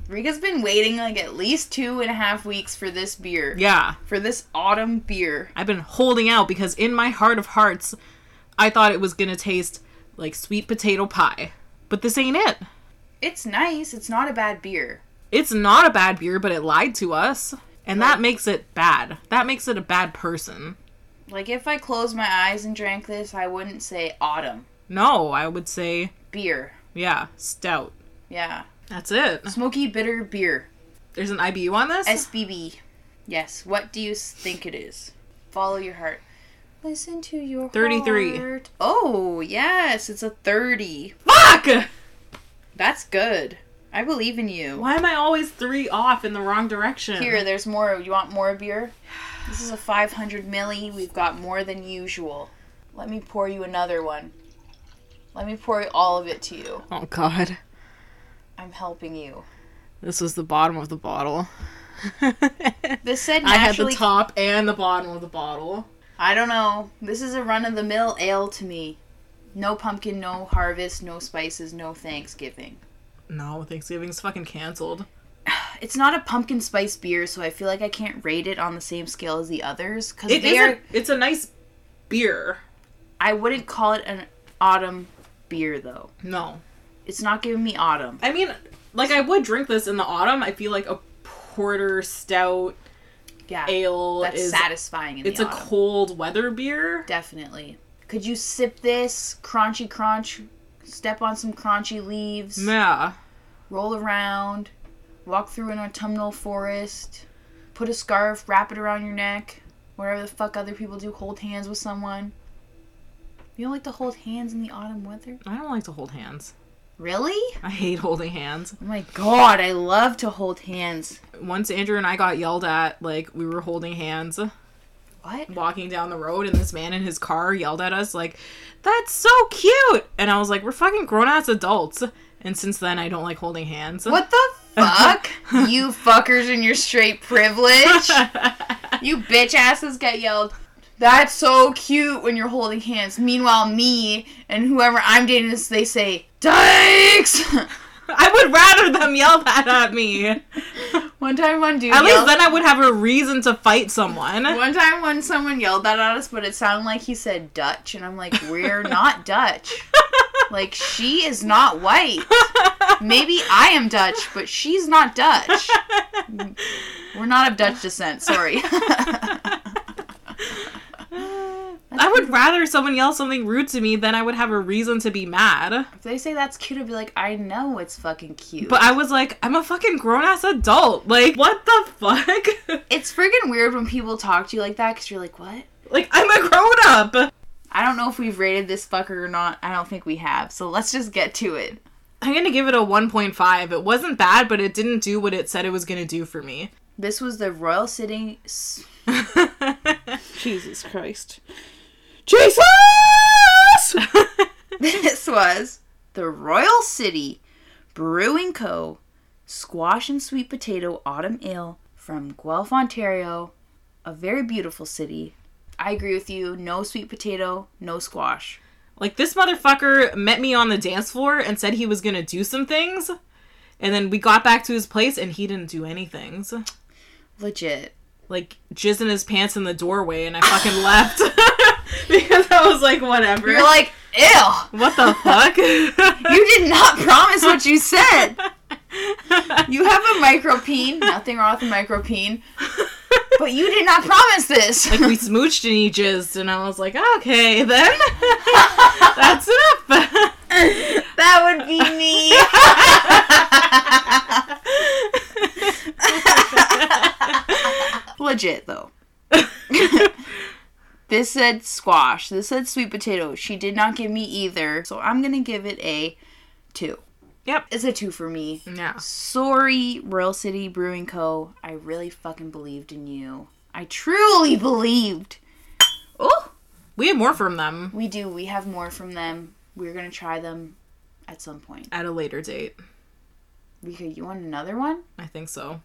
Speaker 1: Rika's been waiting like at least two and a half weeks for this beer,
Speaker 2: Yeah.
Speaker 1: for this autumn beer.
Speaker 2: I've been holding out because in my heart of hearts, I thought it was gonna taste like sweet potato pie. But this ain't it.
Speaker 1: It's nice. It's not a bad beer.
Speaker 2: It's not a bad beer, but it lied to us. And that makes it bad. That makes it a bad person.
Speaker 1: Like if I closed my eyes and drank this, I wouldn't say autumn
Speaker 2: No, I would say,
Speaker 1: beer.
Speaker 2: yeah, stout.
Speaker 1: Yeah,
Speaker 2: That's it.
Speaker 1: smoky bitter beer.
Speaker 2: There's an IBU on this?
Speaker 1: SBB. Yes. What do you s- think it is? Follow your heart. Listen to your
Speaker 2: 33.
Speaker 1: heart. Oh yes, it's a thirty.
Speaker 2: Fuck!
Speaker 1: That's good. I believe in you.
Speaker 2: Why am I always three off in the wrong direction?
Speaker 1: Here, there's more. You want more beer? This is a 500 milli. We've got more than usual. Let me pour you another one. Let me pour all of it to you.
Speaker 2: Oh god.
Speaker 1: I'm helping you.
Speaker 2: This was the bottom of the bottle.
Speaker 1: This said
Speaker 2: I had the
Speaker 1: naturally. I,
Speaker 2: top and the bottom of the bottle.
Speaker 1: don't know. This is a run of the mill ale to me. No pumpkin, no harvest, no spices, no Thanksgiving.
Speaker 2: No, Thanksgiving's fucking canceled.
Speaker 1: It's not a pumpkin spice beer, so I feel like I can't rate it on the same scale as the others because
Speaker 2: It
Speaker 1: they
Speaker 2: is.
Speaker 1: are.
Speaker 2: A, it's a nice beer.
Speaker 1: I wouldn't call it an autumn beer though.
Speaker 2: No.
Speaker 1: It's not giving me autumn.
Speaker 2: I mean, like I would drink this in the autumn. I feel like a porter stout
Speaker 1: Yeah.
Speaker 2: ale
Speaker 1: That's
Speaker 2: is
Speaker 1: satisfying in
Speaker 2: it's
Speaker 1: the
Speaker 2: a
Speaker 1: autumn.
Speaker 2: cold weather beer.
Speaker 1: Definitely. Could you sip this? Crunchy crunch. Step on some crunchy leaves.
Speaker 2: Yeah.
Speaker 1: roll around, walk through an autumnal forest, put a scarf, wrap it around your neck, whatever the fuck other people do, hold hands with someone. You don't like to hold hands in the autumn weather?
Speaker 2: I don't like to hold hands.
Speaker 1: Really?
Speaker 2: I hate holding hands.
Speaker 1: Oh my god, I love to hold hands.
Speaker 2: Once Andrew and I got yelled at, like we were holding hands
Speaker 1: What?
Speaker 2: walking down the road, and this man in his car yelled at us, like, "That's so cute!" And I was like, "We're fucking grown ass adults." And since then, I don't like holding hands.
Speaker 1: What the fuck? you fuckers and your straight privilege. You bitch asses get yelled. That's so cute when you're holding hands. Meanwhile, me and whoever I'm dating is they say, Dykes!
Speaker 2: I would rather them yell that at me. At
Speaker 1: One time, one dude.
Speaker 2: least
Speaker 1: yelled,
Speaker 2: then I would have a reason to fight someone.
Speaker 1: One time, when someone yelled that at us, but it sounded like he said Dutch, and I'm like, we're not Dutch. Like she is not white. Maybe I am Dutch, but she's not Dutch. We're not of Dutch descent. Sorry.
Speaker 2: I would rather someone yell something rude to me than I would have a reason to be mad.
Speaker 1: if they say that's cute, I'd be like, I know it's fucking cute.
Speaker 2: But I was like, I'm a fucking grown ass adult. Like, what the fuck?
Speaker 1: it's friggin' weird when people talk to you like that because you're like, what?
Speaker 2: like, I'm a grown up.
Speaker 1: I don't know if we've rated this fucker or not. I don't think we have. So let's just get to it.
Speaker 2: I'm gonna give it a 1.5. It wasn't bad, but it didn't do what it said it was gonna do for me.
Speaker 1: This was the royal sitting.
Speaker 4: Jesus Christ. Jesus!
Speaker 1: This was the Royal City Brewing Co. Squash and Sweet Potato Autumn Ale from Guelph, Ontario. A very beautiful city. I agree with you. No sweet potato, no squash.
Speaker 2: like, this motherfucker met me on the dance floor and said he was gonna do some things. And then we got back to his place and he didn't do anything.
Speaker 1: Legit.
Speaker 2: Like, jizz in his pants in the doorway and I fucking left. because I was like, whatever.
Speaker 1: You're like, ew!
Speaker 2: what the fuck?
Speaker 1: You did not promise what you said! You have a micropene. Nothing wrong with a micropene. But you did not promise this!
Speaker 2: like we smooched and he jizzed, and I was like, okay, then that's enough.
Speaker 1: that would be me! legit though. this said squash. This said sweet potato. She did not give me either, so I'm gonna give it a two.
Speaker 2: Yep.
Speaker 1: It's a two for me.
Speaker 2: yeah.
Speaker 1: Sorry, Royal City Brewing Co. I really fucking believed in you. I truly believed. Oh,
Speaker 2: We had more from them
Speaker 1: we do. We have more from them. We're gonna try them at some point.
Speaker 2: at a later date.
Speaker 1: Rika, you want another one?
Speaker 2: I think so.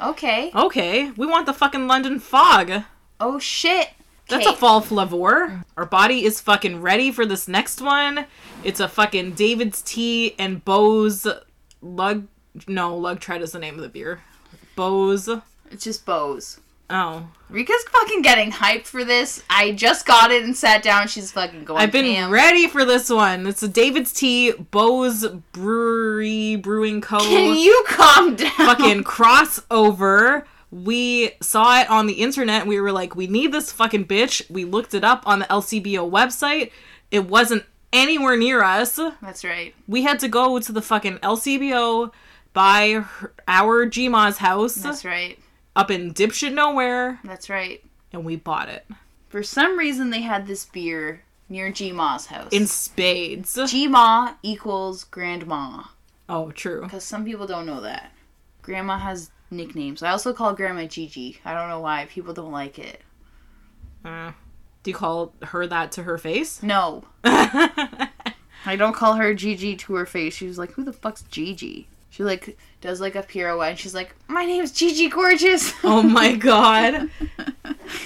Speaker 1: Okay.
Speaker 2: Okay, we want the fucking London fog.
Speaker 1: Oh shit.
Speaker 2: That's a
Speaker 1: Okay.
Speaker 2: fall flavor. Our body is fucking ready for this next one. It's a fucking David's Tea and Bose Lug. No, Lug Tread is the name of the beer. Bose.
Speaker 1: It's just bows.
Speaker 2: Oh.
Speaker 1: Rika's fucking getting hyped for this. I just got it and sat down. She's fucking going.
Speaker 2: I've been
Speaker 1: ham.
Speaker 2: ready for this one. It's a David's Tea, Bose Brewery Brewing Co.
Speaker 1: Can you calm down?
Speaker 2: fucking crossover. We saw it on the internet. We were like, we need this fucking bitch. We looked it up on the LCBO website. It wasn't anywhere near us.
Speaker 1: That's right.
Speaker 2: We had to go to the fucking LCBO by her, our Gma's house
Speaker 1: That's right.
Speaker 2: up in dipshit nowhere,
Speaker 1: That's right.
Speaker 2: and we bought it
Speaker 1: For some reason, they had this beer near G Ma's house.
Speaker 2: in spades.
Speaker 1: G Ma equals grandma
Speaker 2: Oh, true.
Speaker 1: because some people don't know that. Grandma has nicknames. I also call Grandma Gigi. I don't know why people don't like it.
Speaker 2: Uh, do you call her that to her face?
Speaker 1: No,
Speaker 2: Oh
Speaker 1: I don't call her Gigi to her face. She was like, "Who the fuck's Gigi?" She like does like a pirouette. And she's like, "My name's Gigi Gorgeous."
Speaker 2: Oh my god.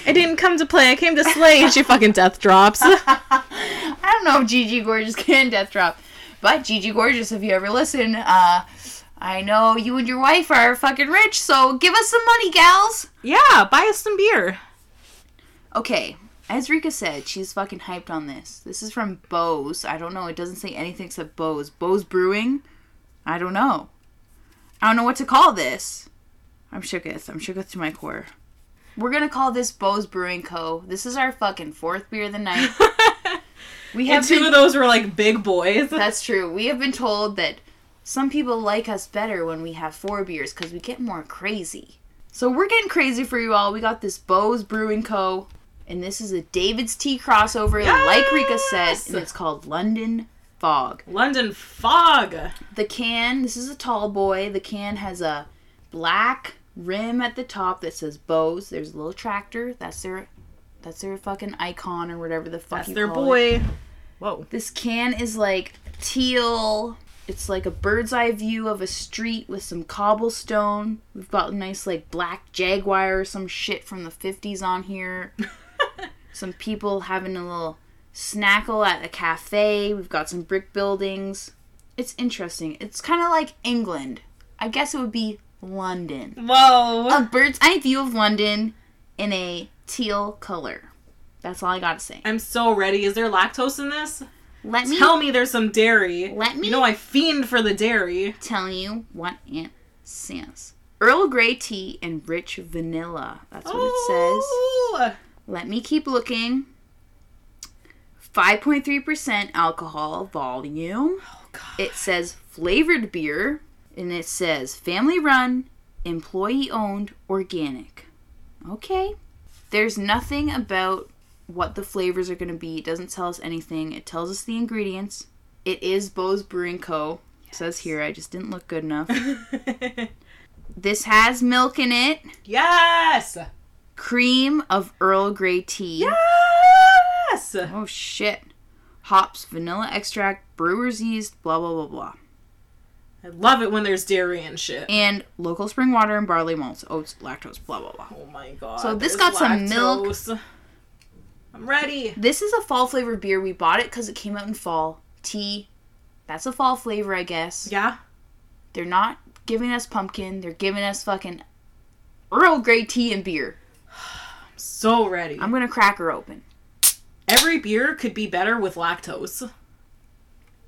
Speaker 2: I didn't come to play, I came to slay, and she fucking death drops.
Speaker 1: I don't know if Gigi Gorgeous can death drop, but Gigi Gorgeous, if you ever listen, uh, I know you and your wife are fucking rich, so give us some money, gals.
Speaker 2: yeah, buy us some beer.
Speaker 1: Okay, As Rika said, she's fucking hyped on this. This is from Bose. I don't know. It doesn't say anything except Bose. Bose Brewing? I don't know. I don't know what to call this. I'm shooketh. I'm shooketh to my core. We're gonna call this Bose Brewing Co. This is our fucking fourth beer of the night. We
Speaker 2: And
Speaker 1: have
Speaker 2: two
Speaker 1: been-
Speaker 2: of those were like big boys.
Speaker 1: That's true. We have been told that some people like us better when we have four beers because we get more crazy. So we're getting crazy for you all. We got this Bose Brewing Co. And this is a David's Tea crossover, like Rika said,
Speaker 2: Yes!
Speaker 1: and it's called London Fog.
Speaker 2: London Fog.
Speaker 1: The can, this is a tall boy. The can has a black rim at the top that says Bose. There's a little tractor. That's their that's their fucking icon or whatever the fuck
Speaker 2: That's
Speaker 1: you
Speaker 2: their
Speaker 1: call it.
Speaker 2: boy. Whoa.
Speaker 1: This can is like teal. It's like a bird's eye view of a street with some cobblestone. We've got a nice like black jaguar or some shit from the 50s on here. some people having a little snackle at a cafe. We've got some brick buildings. It's interesting. It's kind of like England. I guess it would be London.
Speaker 2: Whoa.
Speaker 1: A bird's eye view of London in a teal color. That's all I gotta say.
Speaker 2: I'm so ready. Is there lactose in this?
Speaker 1: Let me
Speaker 2: Tell me there's some dairy.
Speaker 1: Let me-
Speaker 2: You know I fiend for the dairy.
Speaker 1: telling you what it says. Earl Grey tea and rich vanilla. That's what
Speaker 2: Oh.
Speaker 1: it
Speaker 2: it says.
Speaker 1: says. Let me keep looking. 5.3% alcohol volume.
Speaker 2: Oh,
Speaker 1: It says flavored beer and it says family run, employee owned, organic. Okay. There's nothing about what the flavors are going to be. It doesn't tell us anything. It tells us the ingredients. It is Bose Brewing Co. It says here. I just didn't look good enough. This has milk in it,
Speaker 2: yes.
Speaker 1: cream of Earl Grey tea.
Speaker 2: Yes.
Speaker 1: Oh shit. Hops, vanilla extract, brewer's yeast, blah blah blah blah.
Speaker 2: I love it when there's dairy and shit.
Speaker 1: And local spring water and barley malts, oats, lactose, blah blah blah.
Speaker 2: Oh my god.
Speaker 1: So this
Speaker 2: there's
Speaker 1: got some milk.
Speaker 2: lactose. I'm ready.
Speaker 1: This is a fall flavored beer. We bought it because it came out in fall. Tea. That's a fall flavor, I guess.
Speaker 2: Yeah.
Speaker 1: They're not giving us pumpkin, they're giving us fucking Earl Grey tea and beer.
Speaker 2: So ready.
Speaker 1: I'm gonna crack her open.
Speaker 2: Every beer could be better with lactose.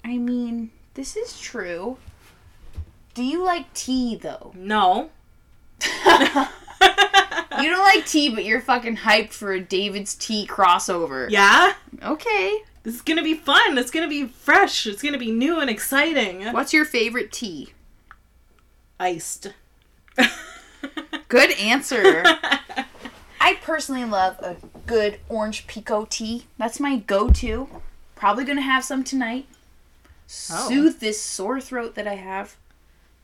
Speaker 1: I mean, this is true. Do you like tea though?
Speaker 2: No.
Speaker 1: You don't like tea, but you're fucking hyped for a David's tea crossover.
Speaker 2: yeah.
Speaker 1: Okay.
Speaker 2: This is gonna be fun. It's gonna be fresh. It's gonna be new and exciting.
Speaker 1: What's your favorite tea?
Speaker 2: Iced.
Speaker 1: Good answer. I personally love a good orange pico tea. That's my go-to. Probably gonna have some tonight. Soothe this sore throat that I have.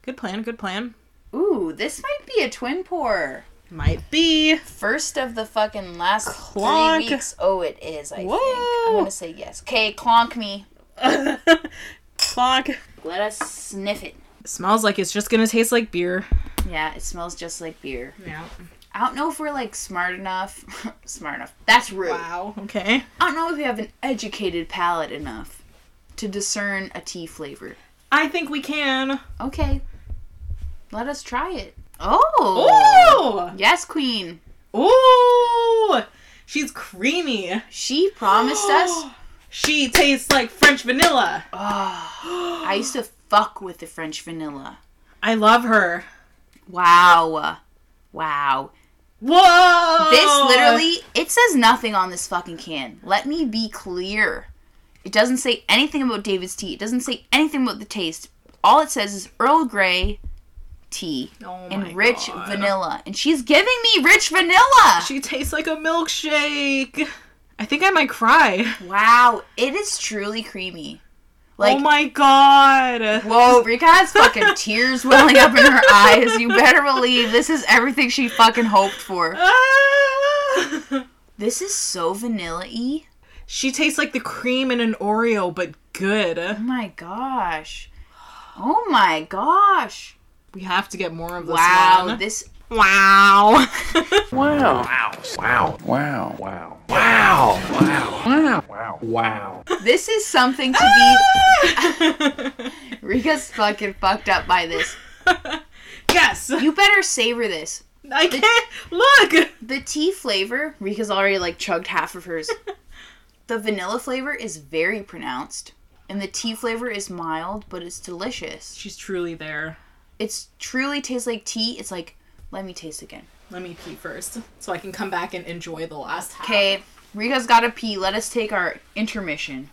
Speaker 2: good plan. Good plan.
Speaker 1: Ooh, this might be a twin pour.
Speaker 2: Might be.
Speaker 1: First of the fucking last
Speaker 2: Clonk.
Speaker 1: three weeks. Oh, it is. I think. I'm
Speaker 2: Whoa.
Speaker 1: gonna say yes. Okay, clonk me.
Speaker 2: Clog.
Speaker 1: Let us sniff it.
Speaker 2: Smells like it's just gonna taste like beer.
Speaker 1: Yeah, it smells just like beer.
Speaker 2: Yeah.
Speaker 1: I don't know if we're like smart enough. smart enough. That's rude.
Speaker 2: Wow. Okay.
Speaker 1: I don't know if we have an educated palate enough to discern a tea flavor.
Speaker 2: I think we can.
Speaker 1: Okay. Let us try it. Oh.
Speaker 2: Ooh.
Speaker 1: Yes, queen.
Speaker 2: Ooh. She's creamy.
Speaker 1: She promised us.
Speaker 2: She tastes like French vanilla.
Speaker 1: Ah, I used to fuck with the French vanilla.
Speaker 2: I love her.
Speaker 1: Wow. Wow.
Speaker 2: Whoa.
Speaker 1: This literally, it says nothing on this fucking can. Let me be clear. It doesn't say anything about David's tea. It doesn't say anything about the taste. All it says is Earl Grey tea
Speaker 2: Oh my
Speaker 1: and rich
Speaker 2: God.
Speaker 1: vanilla. And she's giving me rich vanilla.
Speaker 2: She tastes like a milkshake. I think I might cry.
Speaker 1: wow, it is truly creamy. Like,
Speaker 2: oh my god.
Speaker 1: whoa, Rika has fucking tears welling up in her eyes. You better believe this is everything she fucking hoped for.
Speaker 2: Ah!
Speaker 1: This is so vanilla y.
Speaker 2: She tastes like the cream in an Oreo, but good.
Speaker 1: Oh my gosh. Oh my gosh.
Speaker 2: We have to get more of this
Speaker 1: Wow,
Speaker 2: one.
Speaker 1: this
Speaker 2: wow.
Speaker 5: Wow. Wow. Wow. Wow. Wow. Wow.
Speaker 1: this is something to be Rika's fucking fucked up by this.
Speaker 2: yes.
Speaker 1: You better savor this.
Speaker 2: I can't look.
Speaker 1: The tea flavor, Rika's already like chugged half of hers. the vanilla flavor is very pronounced, and the tea flavor is mild, but it's delicious.
Speaker 2: She's truly there.
Speaker 1: It's truly tastes like tea. It's like, let me taste again.
Speaker 2: Let me pee first, so I can come back and enjoy the last half.
Speaker 1: Okay, Rika's gotta pee. Let us take our intermission.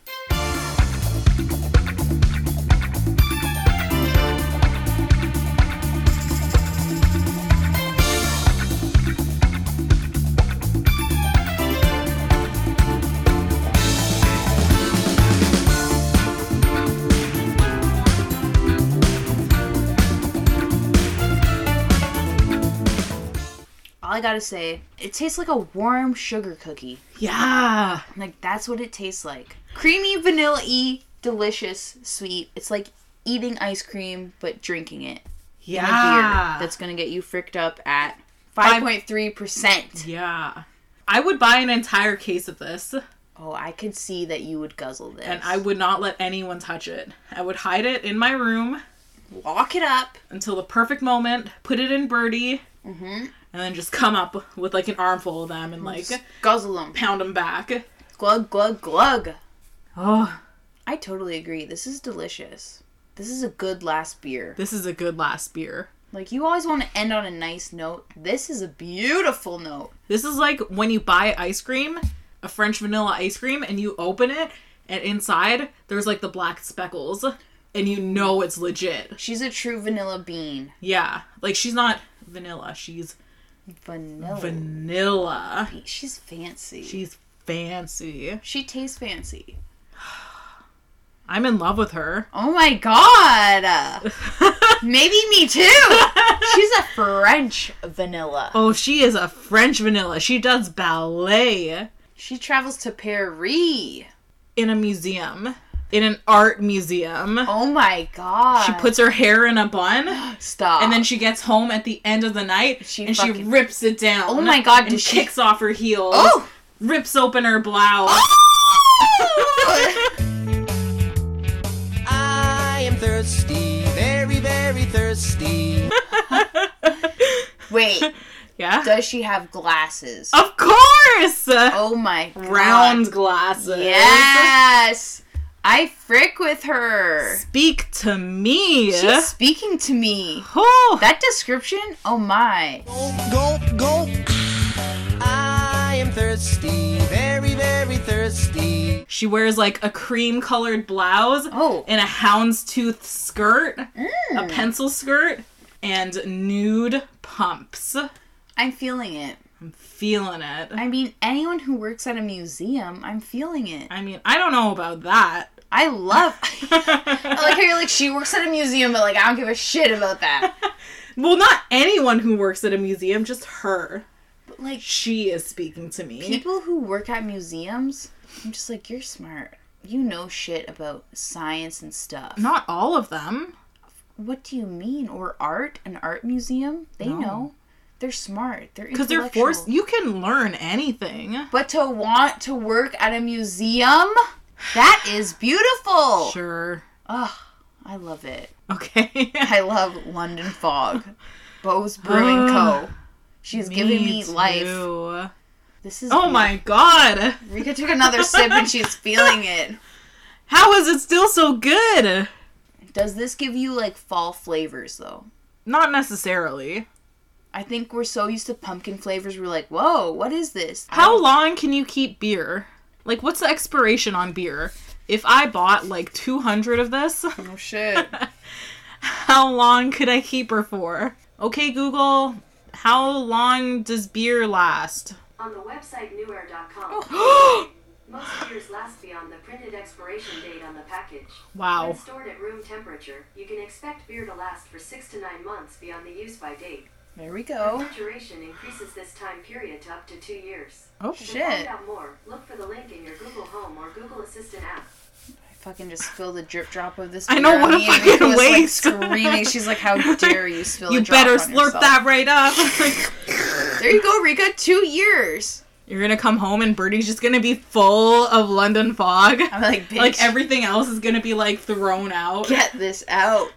Speaker 1: All I gotta say, it tastes like a warm sugar cookie.
Speaker 2: Yeah.
Speaker 1: Like that's what it tastes like. Creamy, vanilla y, delicious, sweet. It's like eating ice cream but drinking it. in a beer
Speaker 2: Yeah.
Speaker 1: That's gonna get you fricked up at five point three percent.
Speaker 2: yeah. I would buy an entire case of this,
Speaker 1: Oh, I could see that you would guzzle this.
Speaker 2: and I would not let anyone touch it. I would hide it in my room
Speaker 1: lock it up.
Speaker 2: until the perfect moment, put it in Birdie, and then just come up with like an armful of them and like
Speaker 1: Just guzzle them.
Speaker 2: pound them back.
Speaker 1: Glug glug glug.
Speaker 2: Oh,
Speaker 1: I totally agree. This is delicious. This is a good last beer.
Speaker 2: this is a good last beer.
Speaker 1: Like you always want to end on a nice note. This is a beautiful note.
Speaker 2: This is like when you buy ice cream, a French vanilla ice cream, and you open it, and inside there's like the black speckles, and you know it's legit.
Speaker 1: She's a true vanilla bean.
Speaker 2: Yeah, like she's not vanilla, she's
Speaker 1: Vanilla.
Speaker 2: vanilla.
Speaker 1: She's fancy.
Speaker 2: She's fancy.
Speaker 1: She tastes fancy.
Speaker 2: I'm in love with her.
Speaker 1: Oh my god! Maybe me too! She's a French vanilla.
Speaker 2: oh, she is a French vanilla. She does ballet
Speaker 1: She travels to Paris.
Speaker 2: in a museum, in an art museum.
Speaker 1: Oh my god.
Speaker 2: She puts her hair in a bun,
Speaker 1: Stop.
Speaker 2: and then she gets home at the end of the night
Speaker 1: Ah. She
Speaker 2: and she
Speaker 1: fucking-
Speaker 2: rips it down.
Speaker 1: Oh my God,
Speaker 2: And
Speaker 1: does she-
Speaker 2: kicks off her heels,
Speaker 1: Oh!
Speaker 2: rips open her blouse.
Speaker 6: I am thirsty, very, very thirsty.
Speaker 1: Wait,
Speaker 2: yeah,
Speaker 1: does she have glasses?
Speaker 2: of course.
Speaker 1: Oh my god.
Speaker 2: Round glasses.
Speaker 1: Yes! I frick with her.
Speaker 2: Speak to me.
Speaker 1: She's speaking to me.
Speaker 2: Oh.
Speaker 1: That description? Oh my.
Speaker 6: Go, go, go. I am thirsty, very, very thirsty.
Speaker 2: She wears like a cream colored blouse
Speaker 1: Oh. Mm.
Speaker 2: and a houndstooth skirt, a pencil skirt, and nude pumps.
Speaker 1: I'm feeling it.
Speaker 2: Feeling it.
Speaker 1: I mean, anyone who works at a museum, I'm feeling it.
Speaker 2: I mean, I don't know about that.
Speaker 1: I love. I like how you're like she works at a museum, but like I don't give a shit about that.
Speaker 2: well, not anyone who works at a museum, just her.
Speaker 1: But like
Speaker 2: She is speaking to me.
Speaker 1: people who work at museums, I'm just like you're smart. You know shit about science and stuff.
Speaker 2: not all of them.
Speaker 1: What do you mean? Or art? An art museum? They know. They're smart. They're
Speaker 2: Because they're forced. You can learn anything.
Speaker 1: But to want to work at a museum, that is
Speaker 2: Oh.
Speaker 1: beautiful.
Speaker 2: Sure.
Speaker 1: I love it.
Speaker 2: Okay.
Speaker 1: I love London Fog, Bose Brewing Co. She's giving me life.
Speaker 2: too.
Speaker 1: This is
Speaker 2: Oh my god.
Speaker 1: Rika took another sip and she's feeling it.
Speaker 2: How is it still so good?
Speaker 1: Does this give you like fall flavors though?
Speaker 2: Not necessarily.
Speaker 1: I think we're so used to pumpkin flavors, we're like, whoa, what is this? I
Speaker 2: How
Speaker 1: don't-
Speaker 2: long can you keep beer? Like, what's the expiration on beer? If I bought like 200 of this,
Speaker 1: Oh shit.
Speaker 2: how long could I keep her for? Okay, Google, how long does beer last?
Speaker 3: On the website newair.com, most beers last beyond the printed expiration date on the package. When
Speaker 2: Wow.
Speaker 3: stored at room temperature, you can expect beer to last for six to nine months beyond the use by date.
Speaker 1: There we go.
Speaker 3: Refrigeration increases this time period to up to two years.
Speaker 2: Oh,
Speaker 3: To find
Speaker 1: Shit.
Speaker 3: out more, look for the link in your Google Home or Google Assistant app.
Speaker 1: I fucking just spill the drip drop of this.
Speaker 2: I know,
Speaker 1: beer on
Speaker 2: what a
Speaker 1: me, and
Speaker 2: fucking
Speaker 1: Rika was, like,
Speaker 2: waste.
Speaker 1: screaming. She's like, how dare you spill
Speaker 2: You
Speaker 1: a drop
Speaker 2: better
Speaker 1: on
Speaker 2: slurp
Speaker 1: yourself.
Speaker 2: that right up.
Speaker 1: There you go, Rika. Two years.
Speaker 2: You're gonna come home and Birdie's just gonna be full of London fog.
Speaker 1: I'm like, bitch.
Speaker 2: Like, everything else is gonna be like thrown out.
Speaker 1: get this out.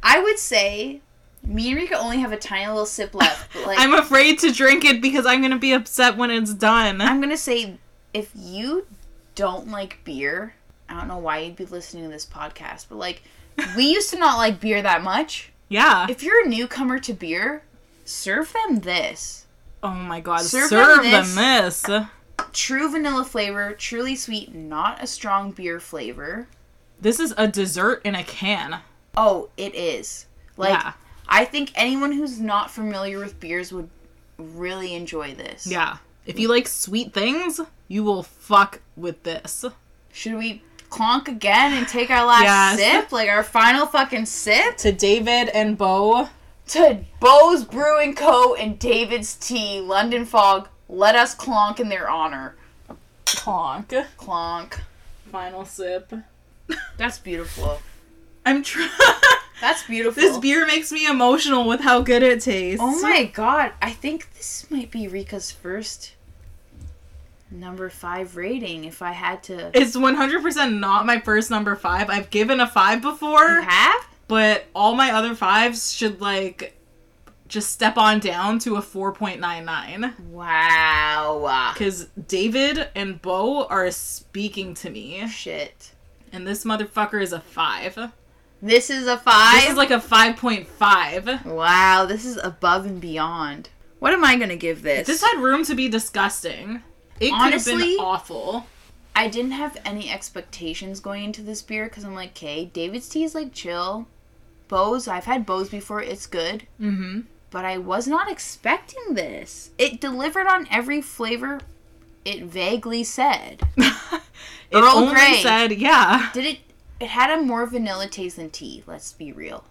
Speaker 1: I would say Me and Rika only have a tiny little sip left. But like,
Speaker 2: I'm afraid to drink it because I'm gonna be upset when it's done.
Speaker 1: I'm gonna say if you don't like beer, I don't know why you'd be listening to this podcast, but like we used to not like beer that much.
Speaker 2: yeah.
Speaker 1: If you're a newcomer to beer, serve them this.
Speaker 2: oh my god.
Speaker 1: Serve
Speaker 2: Serve,
Speaker 1: them
Speaker 2: them this.
Speaker 1: True vanilla flavor, truly sweet, not a strong beer flavor.
Speaker 2: This is a dessert in a can.
Speaker 1: Oh, it is. Like
Speaker 2: yeah.
Speaker 1: I think anyone who's not familiar with beers would really enjoy this.
Speaker 2: Yeah. If you like sweet things, you will fuck with this.
Speaker 1: Should we clonk again and take our last
Speaker 2: Yes.
Speaker 1: sip? Like our final fucking sip?
Speaker 2: To David and Bo.
Speaker 1: to Bose Brewing Co. and David's Tea, London Fog. Let us clonk in their honor.
Speaker 2: Conk.
Speaker 1: Clonk.
Speaker 2: Final sip.
Speaker 1: That's beautiful.
Speaker 2: I'm trying.
Speaker 1: That's beautiful.
Speaker 2: this beer makes me emotional with how good it tastes.
Speaker 1: oh my god, I think this might be Rika's first number five rating if I had to.
Speaker 2: It's 100% not my first number five. I've given a five
Speaker 1: You
Speaker 2: before,
Speaker 1: have?
Speaker 2: but all my other fives should, like, just step on down to a 4.99.
Speaker 1: Wow.
Speaker 2: Because David and Bo are speaking to me,
Speaker 1: Shit.
Speaker 2: and this motherfucker is a five.
Speaker 1: This is a five.
Speaker 2: This is like a 5.5.
Speaker 1: wow, this is above and beyond. What am I gonna give this?
Speaker 2: This had room to be disgusting. It could have
Speaker 1: Honestly-
Speaker 2: been awful.
Speaker 1: I didn't have any expectations going into this beer because I'm like, okay, David's tea is like chill. Bose, I've had Bose before, it's good.
Speaker 2: Mm-hmm.
Speaker 1: But I was not expecting this. It delivered on every flavor it vaguely said.
Speaker 2: It
Speaker 1: Earl
Speaker 2: only
Speaker 1: Grey.
Speaker 2: said, yeah.
Speaker 1: Did it, it had a more vanilla taste than tea, let's be real.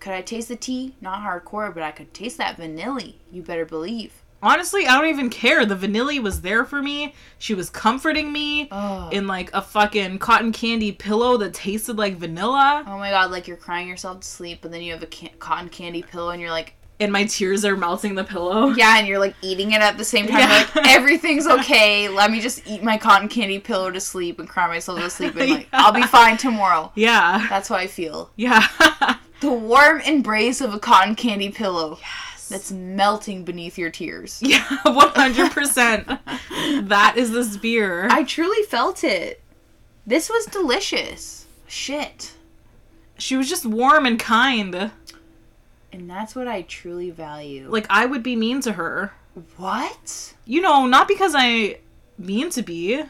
Speaker 1: Could I taste the tea? Not hardcore, but I could taste that vanilla. You better believe.
Speaker 2: Honestly, I don't even care. The vanilla was there for me. She was comforting me
Speaker 1: Oh,
Speaker 2: in like a fucking cotton candy pillow that tasted like vanilla,
Speaker 1: oh my god, like you're crying yourself to sleep, but then you have a can- cotton candy pillow and you're like,
Speaker 2: and my tears are melting the pillow.
Speaker 1: Yeah, and you're like eating it at the same time. You're
Speaker 2: Yeah.
Speaker 1: Like everything's okay. Let me just eat my cotton candy pillow to sleep and cry myself to sleep, and like I'll be fine tomorrow.
Speaker 2: Yeah.
Speaker 1: That's how I feel.
Speaker 2: Yeah.
Speaker 1: The warm embrace of a cotton candy pillow that's melting beneath your tears.
Speaker 2: yeah, 100%. that is this beer.
Speaker 1: I truly felt it. This was delicious. Shit.
Speaker 2: she was just warm and kind.
Speaker 1: And that's what I truly value.
Speaker 2: Like, I would be mean to her.
Speaker 1: what?
Speaker 2: You know, not because I mean to be,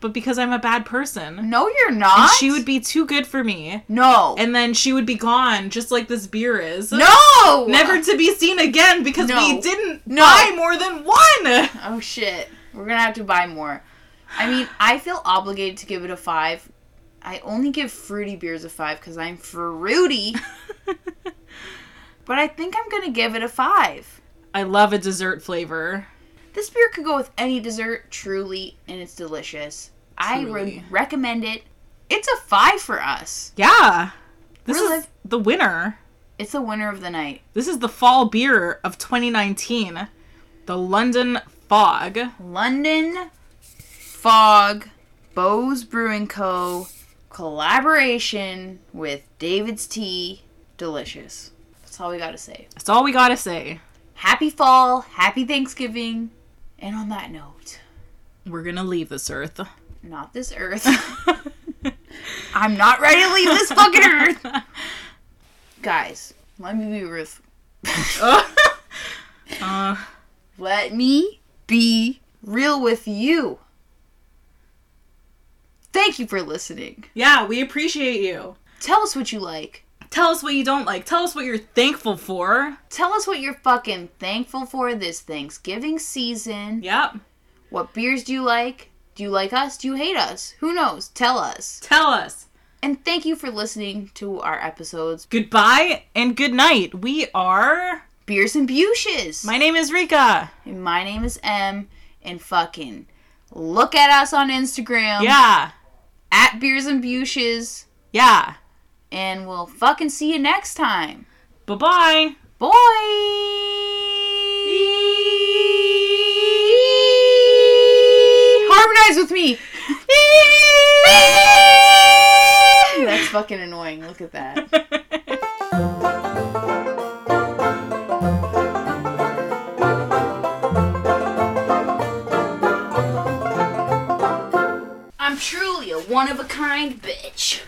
Speaker 2: but because I'm a bad person.
Speaker 1: No, you're not.
Speaker 2: And she would be too good for me.
Speaker 1: No.
Speaker 2: And then she would be gone, just like this beer is.
Speaker 1: no.
Speaker 2: Never to be seen again because
Speaker 1: No.
Speaker 2: we didn't
Speaker 1: No.
Speaker 2: buy more than one.
Speaker 1: Oh shit. We're gonna have to buy more. I mean, I feel obligated to give it a five. I only give fruity beers a five because I'm fruity. but I think I'm gonna give it a five.
Speaker 2: I love a dessert flavor.
Speaker 1: This beer could go with any dessert, truly, and it's delicious. I
Speaker 2: Truly.
Speaker 1: would recommend it. It's a five for us.
Speaker 2: Yeah. This
Speaker 1: We're
Speaker 2: is
Speaker 1: liv-
Speaker 2: the winner.
Speaker 1: It's the winner of the night.
Speaker 2: This is the fall beer of 2019. The London Fog.
Speaker 1: London Fog Bose Brewing Co. collaboration with David's Tea. Delicious. That's all we gotta say.
Speaker 2: That's all we gotta say.
Speaker 1: Happy fall, happy Thanksgiving, and on that note,
Speaker 2: We're gonna leave this earth.
Speaker 1: not this earth. I'm not ready to leave this fucking earth. Guys, let me be Ruth.
Speaker 2: Uh,
Speaker 1: Let me be real with you. Thank you for listening.
Speaker 2: yeah, we appreciate you.
Speaker 1: Tell us what you like.
Speaker 2: Tell us what you don't like. Tell us what you're thankful for.
Speaker 1: Tell us what you're fucking thankful for this Thanksgiving season.
Speaker 2: Yep.
Speaker 1: What beers do you like? Do you like us? Do you hate us? Who knows? Tell us.
Speaker 2: Tell us.
Speaker 1: And thank you for listening to our episodes
Speaker 2: Goodbye and good night. We are.
Speaker 1: Beers and Buches.
Speaker 2: My name is Rika.
Speaker 1: and my name is M. And fucking look at us on Instagram
Speaker 2: Yeah.
Speaker 1: at Beers and Buches.
Speaker 2: Yeah.
Speaker 1: And we'll fucking see you next time.
Speaker 2: Bye bye.
Speaker 1: Boy! Harmonize with me! That's fucking annoying. Look at that. of a kind bitch.